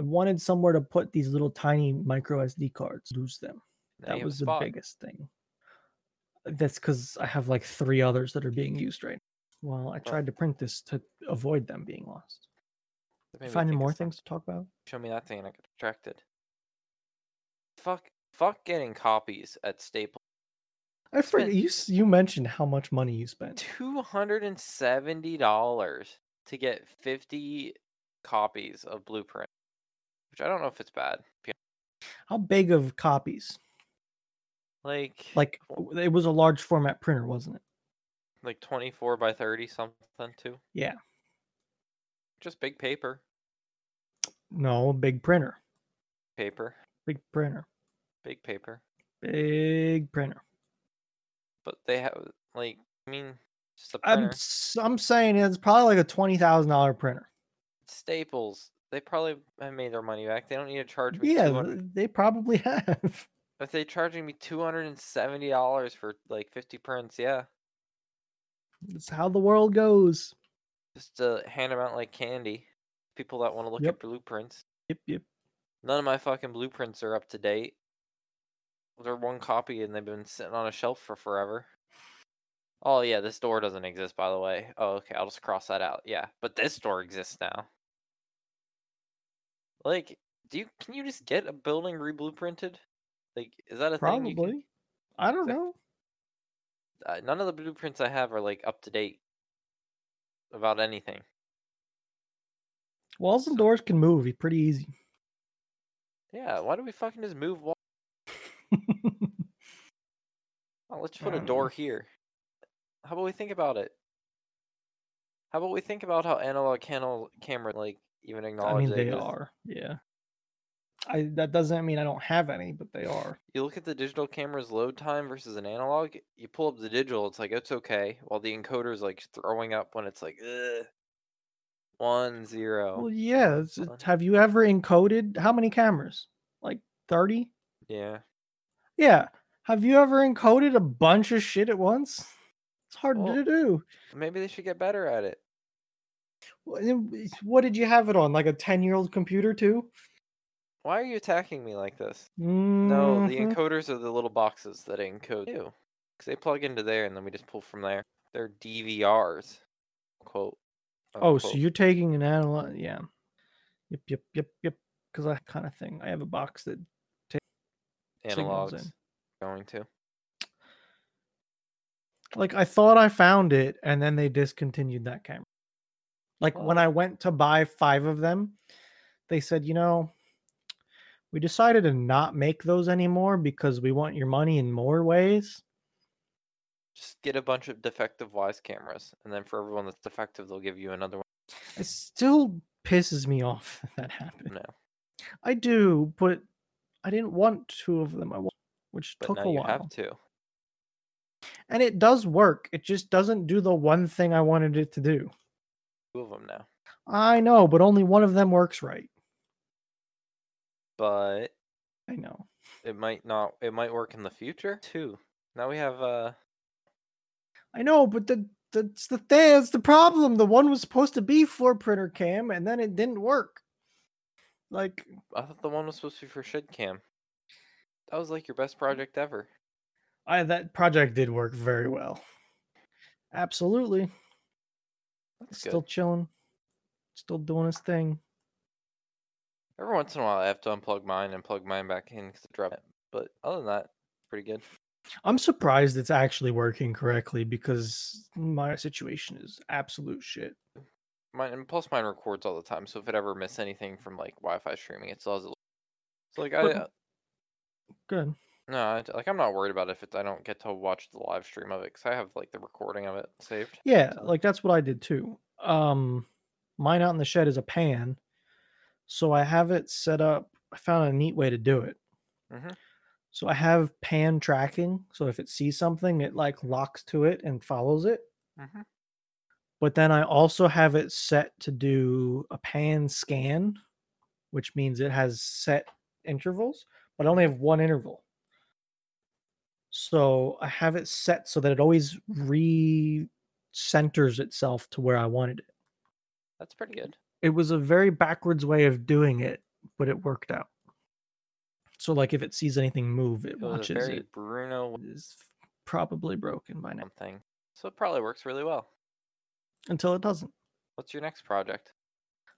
Speaker 2: I wanted somewhere to put these little tiny micro SD cards. Lose them.
Speaker 1: Now you
Speaker 2: that
Speaker 1: have a
Speaker 2: was the
Speaker 1: spot.
Speaker 2: biggest thing. That's because I have like three others that are being used right. now. Well, I tried to print this to avoid them being lost.
Speaker 1: That made me
Speaker 2: Finding
Speaker 1: think of
Speaker 2: more
Speaker 1: something.
Speaker 2: things to talk about.
Speaker 1: Show me that thing, and I get distracted. Fuck, fuck getting copies at Staples.
Speaker 2: I forget
Speaker 1: Spent-
Speaker 2: you. s- You mentioned how much money you spent.
Speaker 1: two hundred and seventy dollars to get fifty copies of Blueprint, which I don't know if it's bad. to be
Speaker 2: How big of copies?
Speaker 1: hon- Like
Speaker 2: Like w- it was a large format printer, wasn't it?
Speaker 1: like twenty four by thirty something too.
Speaker 2: Yeah.
Speaker 1: Just big paper,
Speaker 2: No, big printer.
Speaker 1: paper,
Speaker 2: Big printer.
Speaker 1: big paper.
Speaker 2: Big printer.
Speaker 1: But they have like I mean just a
Speaker 2: I'm
Speaker 1: printer.
Speaker 2: s- I'm saying it's probably like a twenty thousand dollar printer.
Speaker 1: Staples. They probably have made their money back. They don't need to charge me.
Speaker 2: Yeah,
Speaker 1: 200
Speaker 2: th- they probably (laughs) have.
Speaker 1: If they charging me two hundred and seventy dollars for like fifty prints, yeah,
Speaker 2: That's how the world goes.
Speaker 1: just to hand them out like candy. People that want to look
Speaker 2: Yep.
Speaker 1: at blueprints.
Speaker 2: Yep, yep.
Speaker 1: None of my fucking blueprints are up to date. They're one copy and they've been sitting on a shelf for forever. Oh yeah, this door doesn't exist by the way. Oh okay, I'll just cross that out. Yeah, but this door exists now. Like, do you can you just get a building reblueprinted? Like, is that a thing? you can-
Speaker 2: Probably. I don't
Speaker 1: Exact-
Speaker 2: know.
Speaker 1: uh, none of the blueprints I have are like up to date about anything.
Speaker 2: Walls and
Speaker 1: So-
Speaker 2: doors can move e- pretty easy. (laughs)
Speaker 1: Yeah, why do we fucking just move wall? Oh, let's put
Speaker 2: I
Speaker 1: a
Speaker 2: dunno.
Speaker 1: door here. How about we think about it? How about we think about how analog cannel camera like even acknowledge
Speaker 2: I mean,
Speaker 1: they
Speaker 2: they
Speaker 1: exist?
Speaker 2: are. Yeah. I that doesn't mean I don't have any, but they are.
Speaker 1: You look at the digital camera's load time versus an analog. You pull up the digital, it's like it's okay, while the encoder is like throwing up when it's like Ugh. one zero.
Speaker 2: Well, yeah. it's-
Speaker 1: Hold
Speaker 2: it's-
Speaker 1: on.
Speaker 2: have you ever encoded how many cameras? Like thirty?
Speaker 1: Yeah,
Speaker 2: Yeah. Have you ever encoded a bunch of shit at once? It's hard
Speaker 1: Well-
Speaker 2: to do.
Speaker 1: maybe they should get better at it.
Speaker 2: Wh- and What did you have it on? Like a ten-year-old computer too?
Speaker 1: Why are you attacking me like this? No,
Speaker 2: No,
Speaker 1: the encoders are the little boxes that encode you. Because they plug into there and then we just pull from there. They're DVRs. Quote.
Speaker 2: Oh, so
Speaker 1: unquote.
Speaker 2: you're taking an analog? Yeah. Yep, yep, yep, yep. Because that kind of thing. I have a box that signals
Speaker 1: analogs
Speaker 2: in.
Speaker 1: going to.
Speaker 2: like I thought I found it, and then they discontinued that camera. Like when
Speaker 1: Oh.
Speaker 2: I went to buy five of them, they said, you know, we decided to not make those anymore because we want your money in more ways.
Speaker 1: Just get a bunch of defective Wise cameras, and then for everyone that's defective, they'll give you another one.
Speaker 2: It still pisses me off (laughs) that that happened.
Speaker 1: No,
Speaker 2: I do, but I didn't want two of them. I want, which
Speaker 1: but
Speaker 2: took
Speaker 1: now
Speaker 2: a
Speaker 1: you
Speaker 2: while.
Speaker 1: have to.
Speaker 2: and it does work. It just doesn't do the one thing I wanted it to do.
Speaker 1: Two of them now.
Speaker 2: I know, but only one of them works right.
Speaker 1: But
Speaker 2: I know.
Speaker 1: it might not. It might work in the future too. Now we have uh
Speaker 2: I know, but the that's the thing. That's the problem. The one was supposed to be for printer cam, and then it didn't work. Like
Speaker 1: I thought the one was supposed to be for Shed Cam. That was like your best
Speaker 2: Mm.
Speaker 1: project ever.
Speaker 2: I that project did work very well. Absolutely,
Speaker 1: That's
Speaker 2: It's
Speaker 1: good.
Speaker 2: still chilling, still doing his thing.
Speaker 1: Every once in a while, I have to unplug mine and plug mine back in because it dropped. it. But other than that, pretty good.
Speaker 2: I'm surprised it's actually working correctly because my situation is absolute shit.
Speaker 1: Mine and plus mine records all the time, so if it ever missed anything from like Wi-Fi streaming, it still has it. So like I uh,
Speaker 2: But- Good.
Speaker 1: No, I, like I'm not worried about if it's I don't get to watch the live stream of it because I have like the recording of it saved.
Speaker 2: Yeah, like that's what I did too. Um mine out in the shed is a pan. So I have it set up. I found a neat way to do it.
Speaker 1: Mhm.
Speaker 2: So I have pan tracking. So if it sees something, it like locks to it and follows it.
Speaker 1: Mm-hmm.
Speaker 2: But then I also have it set to do a pan scan, which means it has set intervals, but I only have one interval. So I have it set so that it always re-centers itself to where I wanted it.
Speaker 1: That's pretty good.
Speaker 2: It was a very backwards way of doing it, but it worked out. So like if it sees anything move, it
Speaker 1: It was a
Speaker 2: watches
Speaker 1: very Mm.
Speaker 2: it.
Speaker 1: Bruno
Speaker 2: It's probably broken by now
Speaker 1: something, so it probably works really well.
Speaker 2: until it doesn't.
Speaker 1: What's your next project?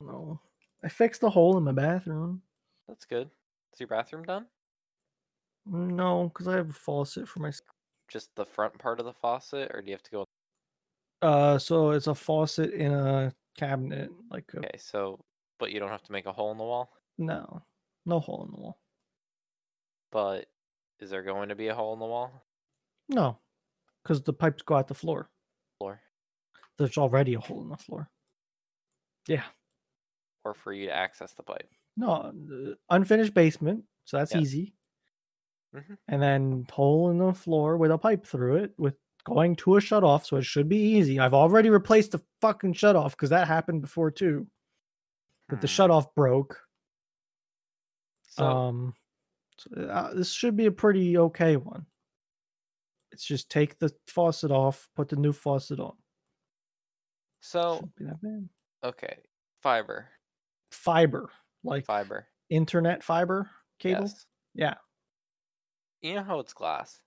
Speaker 2: No. I fixed the hole in my bathroom.
Speaker 1: That's good. Is your bathroom done?
Speaker 2: No, because I have a faucet for my. s-
Speaker 1: Just the front part of the faucet, or do you have to go?
Speaker 2: Uh, so it's a faucet in a cabinet. Like a,
Speaker 1: Okay, so but you don't have to make a hole in the wall.
Speaker 2: no, no hole in the wall.
Speaker 1: But is there going to be a hole in the wall
Speaker 2: No, because the pipes go out the floor.
Speaker 1: floor,
Speaker 2: There's already a hole in the floor.
Speaker 1: or for you to access the pipe?
Speaker 2: No, uh, unfinished basement, so that's
Speaker 1: Yeah.
Speaker 2: easy.
Speaker 1: Mhm.
Speaker 2: And then hole in the floor with a pipe through it, with going to a shut off. So it should be easy. I've already replaced the fucking shut off because that happened before too. But the
Speaker 1: Hmm,
Speaker 2: shut off broke.
Speaker 1: So
Speaker 2: um, so, uh, this should be a pretty okay one. It's just take the faucet off, put the new faucet on.
Speaker 1: so
Speaker 2: Shouldn't be that bad.
Speaker 1: okay, fiber,
Speaker 2: Fiber, like
Speaker 1: fiber,
Speaker 2: internet fiber cable.
Speaker 1: yes.
Speaker 2: Yeah.
Speaker 1: you know how it's glass.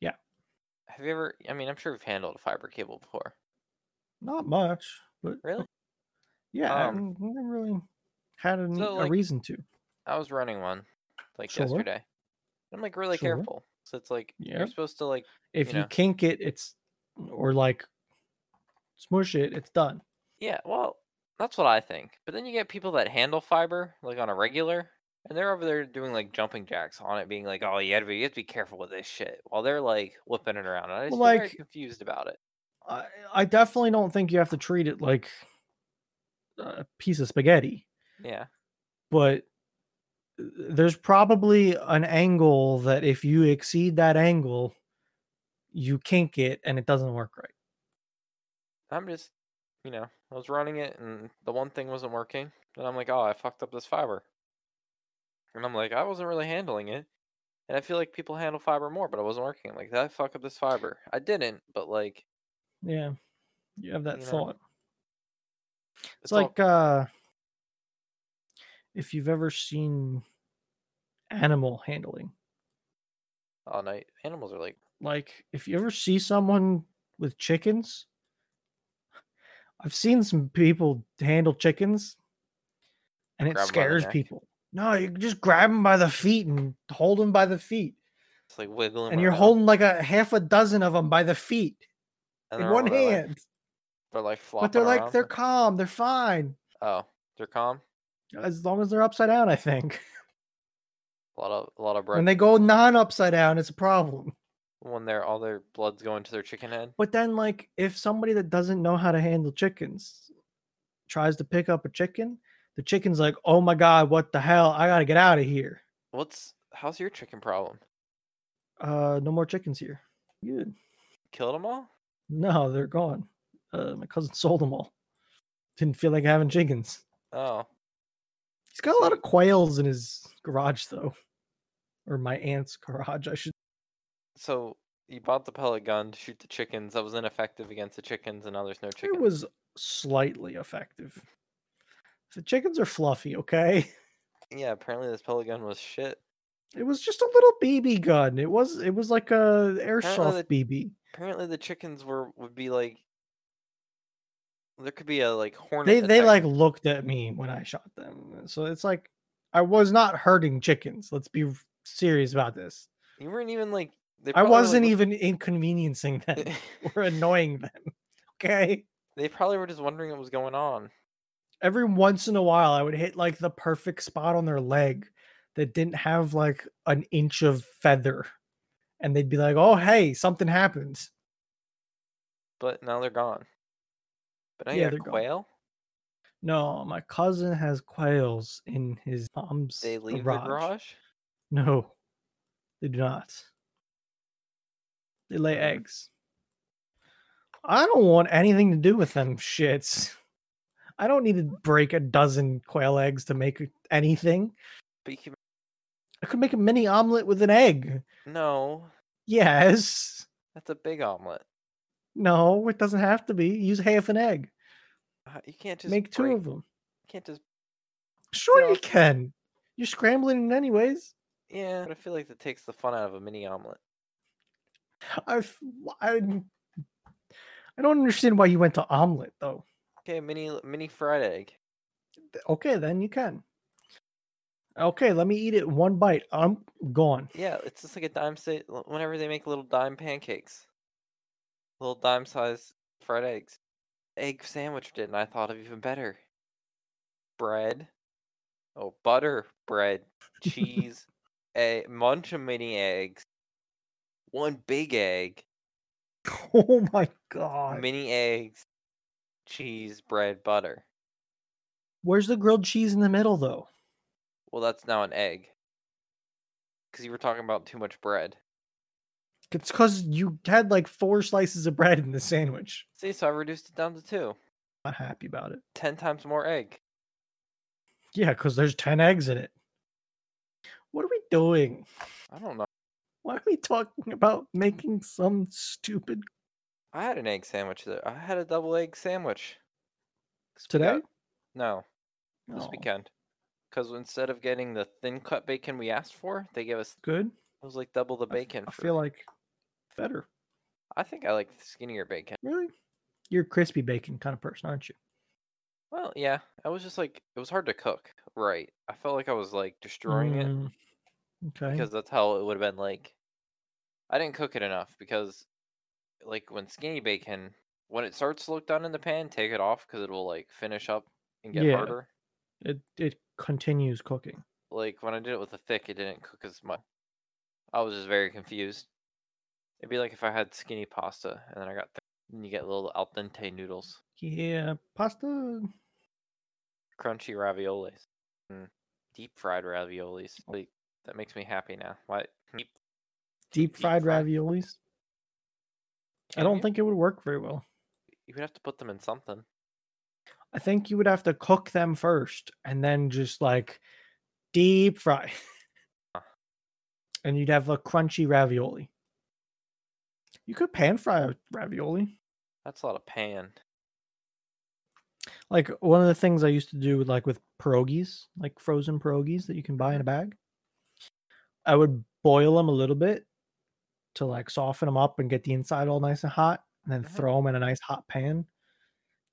Speaker 2: Yeah.
Speaker 1: Have you ever? I mean, I'm sure we've handled a fiber cable before.
Speaker 2: Not much, but
Speaker 1: Really?
Speaker 2: yeah, I
Speaker 1: Um,
Speaker 2: haven't- I haven't really had a, need-
Speaker 1: so,
Speaker 2: a
Speaker 1: like,
Speaker 2: reason to.
Speaker 1: I was running one, like
Speaker 2: Sure.
Speaker 1: yesterday. I'm like really
Speaker 2: Sure.
Speaker 1: careful. So it's like
Speaker 2: Yeah.
Speaker 1: you're supposed to like
Speaker 2: If
Speaker 1: you
Speaker 2: you,
Speaker 1: know.
Speaker 2: kink it, it's or like smush it, it's done.
Speaker 1: yeah. Well, that's what I think. But then you get people that handle fiber like on a
Speaker 2: Mm-hmm.
Speaker 1: regular, and they're over there doing like jumping jacks on it, being like, "Oh, you have to be, you have to be careful with this shit," while they're like whipping it around. And I just
Speaker 2: Well,
Speaker 1: feel very
Speaker 2: like-
Speaker 1: confused about it.
Speaker 2: I, I definitely don't think you have to treat it like a piece of spaghetti.
Speaker 1: Yeah.
Speaker 2: but there's probably an angle that if you exceed that angle, you kink it and it doesn't work right.
Speaker 1: I'm just, you know, I was running it and the one thing wasn't working. And I'm like, oh, I fucked up this fiber. And I'm like, I wasn't really handling it. And I feel like people handle fiber more, but I wasn't working. I'm like, did I fuck up this fiber? I didn't, but like,
Speaker 2: Yeah. You have that
Speaker 1: You know,
Speaker 2: thought. It's,
Speaker 1: all-
Speaker 2: like uh if you've ever seen animal handling.
Speaker 1: Oh no, animals are like
Speaker 2: Like, if you ever see someone with chickens, I've seen some people handle chickens and it
Speaker 1: Grab 'em by the
Speaker 2: scares
Speaker 1: neck.
Speaker 2: people. No, you just grab them by the feet and hold them by the feet.
Speaker 1: it's like wiggling.
Speaker 2: And you're holding like a half a dozen of them by the feet in one hand.
Speaker 1: they're like flopping.
Speaker 2: but they're like,
Speaker 1: around.
Speaker 2: they're calm. They're fine.
Speaker 1: oh, they're calm.
Speaker 2: As long as they're upside down, I think.
Speaker 1: A lot of a lot of
Speaker 2: When
Speaker 1: blood.
Speaker 2: they go non upside down, it's a problem.
Speaker 1: when their all their blood's going to their chicken head.
Speaker 2: But then, like, if somebody that doesn't know how to handle chickens tries to pick up a chicken, the chicken's like, oh my God, what the hell? I got to get out of here.
Speaker 1: What's how's your chicken problem?
Speaker 2: Uh, no more chickens here. Good.
Speaker 1: Killed them all?
Speaker 2: No, they're gone. Uh, my cousin (laughs) sold them all. Didn't feel like having chickens.
Speaker 1: Oh,
Speaker 2: He's got a lot of quails in his garage, though. Or my aunt's garage, I should.
Speaker 1: so you bought the pellet gun to shoot the chickens. That was ineffective against the chickens, and now there's no chicken.
Speaker 2: It was slightly effective. The chickens are fluffy, okay?
Speaker 1: Yeah, apparently this pellet gun was shit.
Speaker 2: It was just a little BB gun. It was it was like a
Speaker 1: the-
Speaker 2: airsoft BB.
Speaker 1: Apparently the chickens were would be like. There could be a like hornet.
Speaker 2: They they
Speaker 1: attack.
Speaker 2: like looked at me when I shot them. So it's like I was not hurting chickens. Let's be r- serious about this.
Speaker 1: you weren't even like. They
Speaker 2: I
Speaker 1: probably, like,
Speaker 2: wasn't
Speaker 1: look-
Speaker 2: even inconveniencing them
Speaker 1: (laughs)
Speaker 2: (laughs) or annoying them. Okay.
Speaker 1: they probably were just wondering what was going on.
Speaker 2: Every once in a while I would hit like the perfect spot on their leg that didn't have like an inch of feather. And they'd be like, "Oh, hey, something happened."
Speaker 1: But now they're gone. But now
Speaker 2: Yeah,
Speaker 1: you got
Speaker 2: they're
Speaker 1: a
Speaker 2: gone.
Speaker 1: quail.
Speaker 2: No, my cousin has quails in his mom's
Speaker 1: They leave
Speaker 2: garage.
Speaker 1: the garage.
Speaker 2: No, they do not. They lay
Speaker 1: Hmm.
Speaker 2: eggs. I don't want anything to do with them shits. I don't need to break a dozen quail eggs to make anything.
Speaker 1: But you can,
Speaker 2: I could make a mini omelet with an egg.
Speaker 1: no,
Speaker 2: Yes.
Speaker 1: that's a big omelet.
Speaker 2: No, it doesn't have to be. Use half an egg.
Speaker 1: Uh, You can't just
Speaker 2: make two
Speaker 1: break-
Speaker 2: of them.
Speaker 1: You can't just
Speaker 2: Sure, you
Speaker 1: Yeah.
Speaker 2: can. You're scrambling it anyways.
Speaker 1: yeah. But I feel like that takes the fun out of a mini omelet.
Speaker 2: I, f- I, I don't understand why you went to omelet though.
Speaker 1: Okay, mini mini fried egg.
Speaker 2: Th- Okay, then you can. Okay, let me eat it one bite. I'm gone. (laughs)
Speaker 1: Yeah, it's just like a dime sit. Whenever they make little dime pancakes, little dime sized fried eggs, egg sandwich did, and I thought of even better. Bread, oh butter, bread, cheese, a bunch of mini eggs, one big egg,
Speaker 2: Oh my god.
Speaker 1: mini eggs, cheese, bread, butter.
Speaker 2: Where's the grilled cheese in the middle though?
Speaker 1: Well, that's now an egg. Because you were talking about too much bread.
Speaker 2: It's because you had like four slices of bread in the sandwich.
Speaker 1: See, so I reduced it down to two.
Speaker 2: Not happy about it.
Speaker 1: Ten times more egg.
Speaker 2: Yeah, because there's ten eggs in it. What are we doing?
Speaker 1: I don't know.
Speaker 2: Why are we talking about making some stupid
Speaker 1: I had an egg sandwich there. I had a double egg sandwich. 'Cause we
Speaker 2: today? Oh.
Speaker 1: got- no, this
Speaker 2: No.
Speaker 1: weekend. Because instead of getting the thin cut bacon we asked for, they gave us
Speaker 2: Good.
Speaker 1: it was like double the
Speaker 2: I f-
Speaker 1: bacon.
Speaker 2: I
Speaker 1: for-
Speaker 2: feel like better.
Speaker 1: I think I like the skinnier bacon.
Speaker 2: Really? You're a crispy bacon kind of person, aren't you?
Speaker 1: Well, yeah. I was just like it was hard to cook. Right. I felt like I was like destroying it.
Speaker 2: Mm, Okay.
Speaker 1: because that's how it would have been like i didn't cook it enough because like when skinny bacon when it starts to look done in the pan take it off because it'll like finish up and get
Speaker 2: Yeah.
Speaker 1: harder
Speaker 2: it it continues cooking.
Speaker 1: like when i did it with the thick it didn't cook as much i was just very confused it'd be like if i had skinny pasta and then i got thick and you get little al dente noodles
Speaker 2: Yeah, pasta.
Speaker 1: crunchy raviolis and deep fried raviolis
Speaker 2: Oh.
Speaker 1: like that makes me happy now why hmm, deep,
Speaker 2: Deep fried
Speaker 1: fried.
Speaker 2: raviolis. I
Speaker 1: can
Speaker 2: don't
Speaker 1: you?
Speaker 2: think it would work very well.
Speaker 1: you would have to put them in something
Speaker 2: I think you would have to cook them first and then just like deep fry.
Speaker 1: Huh.
Speaker 2: and you'd have a crunchy ravioli. You could pan fry a ravioli.
Speaker 1: that's a lot of pan
Speaker 2: like one of the things I used to do like with pierogies, like frozen pierogies that you can buy in a bag. I would boil them a little bit to like soften them up and get the inside all nice and hot, and then
Speaker 1: Mhm.
Speaker 2: throw them in a nice hot pan.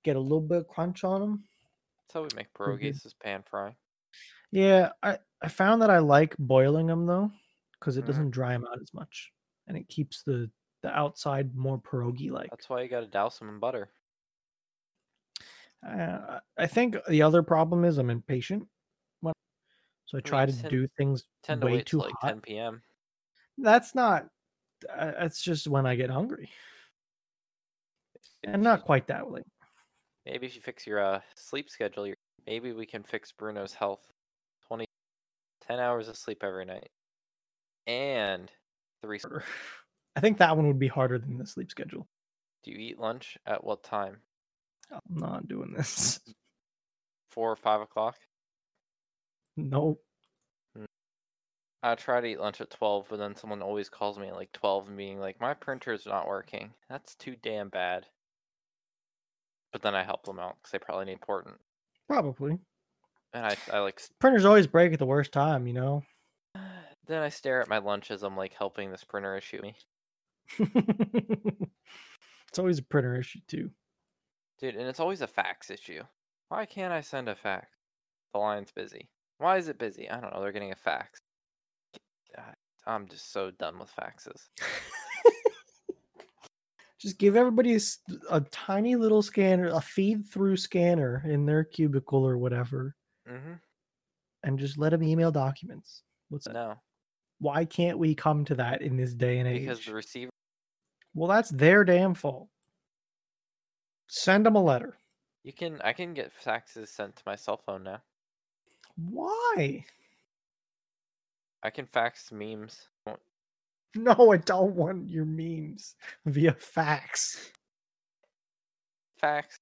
Speaker 2: Get a little bit of crunch on them.
Speaker 1: That's how we make
Speaker 2: Pretty good.
Speaker 1: pierogies is pan fry.
Speaker 2: Yeah, I I found that I like boiling them though, because it
Speaker 1: Mhm.
Speaker 2: doesn't dry them out as much, and it keeps the the outside more pierogi like.
Speaker 1: That's why you gotta douse them in butter.
Speaker 2: Uh, I I think the other problem is I'm impatient. When, so I try to
Speaker 1: tend-
Speaker 2: do things.
Speaker 1: Tend to
Speaker 2: Way
Speaker 1: wait till
Speaker 2: too
Speaker 1: like
Speaker 2: hot.
Speaker 1: 10 p.m.
Speaker 2: That's not. Uh, that's just when I get hungry,
Speaker 1: Maybe
Speaker 2: and not
Speaker 1: she-
Speaker 2: quite that late.
Speaker 1: Maybe if you fix your uh, sleep schedule, your, maybe we can fix Bruno's health. 20, 10 hours of sleep every night, and three.
Speaker 2: or- I think that one would be harder than the sleep schedule.
Speaker 1: Do you eat lunch at what time?
Speaker 2: I'm not doing this. (laughs)
Speaker 1: Four or five o'clock?
Speaker 2: No,
Speaker 1: I try to eat lunch at 12, but then someone always calls me at like 12 and being like, my printer's not working. That's too damn bad. But then I help them out because they probably need important.
Speaker 2: probably.
Speaker 1: And I, I like, s- (sighs)
Speaker 2: Printers always break at the worst time, you know. (laughs)
Speaker 1: then I stare at my lunch as I'm like helping this printer issue me.
Speaker 2: it's always a printer issue too. (laughs)
Speaker 1: Dude, and it's always a fax issue. Why can't I send a fax? The line's busy. Why is it busy? I don't know. They're getting a fax. God, I'm just so done with faxes.
Speaker 2: Just give everybody a, s- a tiny little scanner, a feed through scanner in their cubicle or whatever,
Speaker 1: Mm-hmm.
Speaker 2: and just let them email documents. What's that?
Speaker 1: No,
Speaker 2: Why can't we come to that in this day and age?
Speaker 1: because the receiver.
Speaker 2: Well, that's their damn fault. Send them a letter.
Speaker 1: You can. I can get faxes sent to my cell phone now.
Speaker 2: Why? (laughs)
Speaker 1: I can fax memes. Won't-
Speaker 2: No, I don't want your memes (laughs) via fax.
Speaker 1: Fax.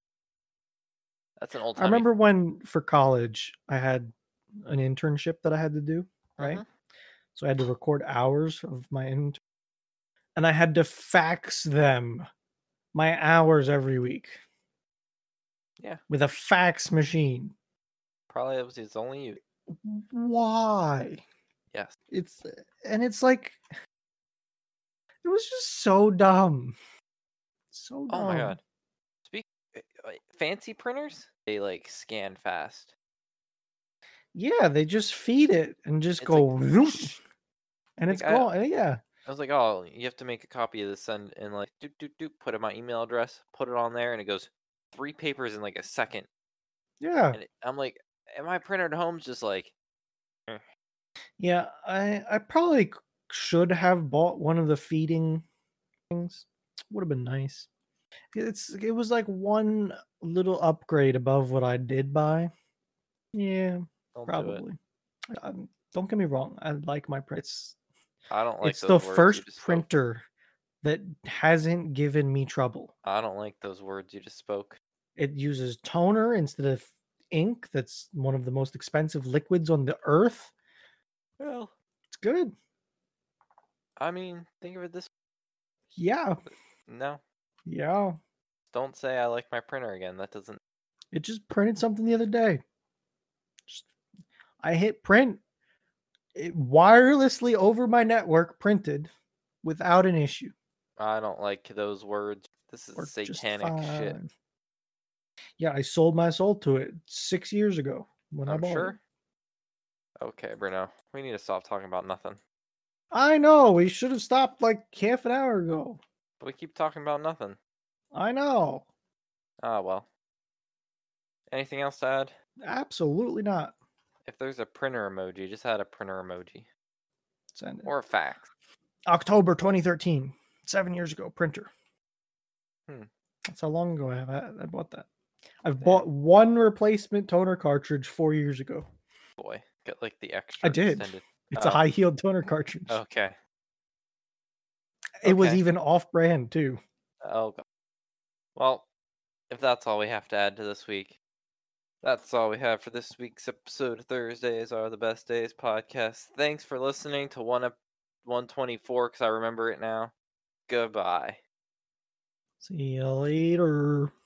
Speaker 1: That's an old.
Speaker 2: I
Speaker 1: (laughs)
Speaker 2: remember when for college I had an internship that I had to do,
Speaker 1: Mm-hmm.
Speaker 2: right? So I had to record hours of my intern and I had to fax them my hours every week.
Speaker 1: Yeah.
Speaker 2: With a fax machine.
Speaker 1: Probably it was his only. use.
Speaker 2: Why?
Speaker 1: Yes.
Speaker 2: It's eh, and it's like it was just so dumb. So dumb.
Speaker 1: Oh my god. Speak. uh, uh, Fancy printers. They like scan fast.
Speaker 2: Yeah, they just feed it and just
Speaker 1: It's like,
Speaker 2: go and
Speaker 1: Like,
Speaker 2: it's
Speaker 1: I-
Speaker 2: gone. eh, Yeah.
Speaker 1: I was like, oh, you have to make a copy of this send and like doop doop doop, put in my email address, put it on there, and it goes three papers in like a second.
Speaker 2: Yeah.
Speaker 1: And it, I'm like, and my printer at home's just like,
Speaker 2: Yeah, I I probably c- should have bought one of the feeding things. Would have been nice. It's it was like one little upgrade above what I did buy. Yeah,
Speaker 1: don't do it.
Speaker 2: probably. Um, don't get me wrong. I like my prints.
Speaker 1: I don't like
Speaker 2: it's the
Speaker 1: those words you
Speaker 2: first
Speaker 1: just spoke.
Speaker 2: printer that hasn't given me trouble.
Speaker 1: I don't like those words you just spoke.
Speaker 2: It uses toner instead of ink. That's one of the most expensive liquids on the earth.
Speaker 1: Well,
Speaker 2: It's good.
Speaker 1: I mean, think of it this.
Speaker 2: Yeah.
Speaker 1: No,
Speaker 2: Yeah.
Speaker 1: don't say I like my printer again. That doesn't.
Speaker 2: It just printed something the other day. Just, I hit print. It wirelessly over my network printed without an issue.
Speaker 1: I don't like those words. This is
Speaker 2: Worked just
Speaker 1: satanic shit.
Speaker 2: fine. Yeah, I sold my soul to it six years ago when I
Speaker 1: I'm
Speaker 2: bought it.
Speaker 1: sure. Okay, Bruno, we need to stop talking about nothing.
Speaker 2: I know we should have stopped like half an hour ago.
Speaker 1: But we keep talking about nothing.
Speaker 2: I know.
Speaker 1: Ah, well. Anything else to add?
Speaker 2: Absolutely not.
Speaker 1: If there's a printer emoji, just add a printer emoji
Speaker 2: Send it.
Speaker 1: or a fax.
Speaker 2: October 2013, seven years ago, printer.
Speaker 1: Hmm.
Speaker 2: That's how long ago I have I, I bought that. I've
Speaker 1: Damn.
Speaker 2: bought one replacement toner cartridge four years ago.
Speaker 1: Boy, get like the extra.
Speaker 2: did.
Speaker 1: extended-
Speaker 2: It's
Speaker 1: Oh.
Speaker 2: a high heeled toner cartridge.
Speaker 1: Okay.
Speaker 2: It was
Speaker 1: okay.
Speaker 2: even off brand too.
Speaker 1: Oh god. Well, if that's all we have to add to this week, that's all we have for this week's episode. of Thursdays are the best days podcast. Thanks for listening to one up one twenty four because I remember it now. Goodbye.
Speaker 2: See you later.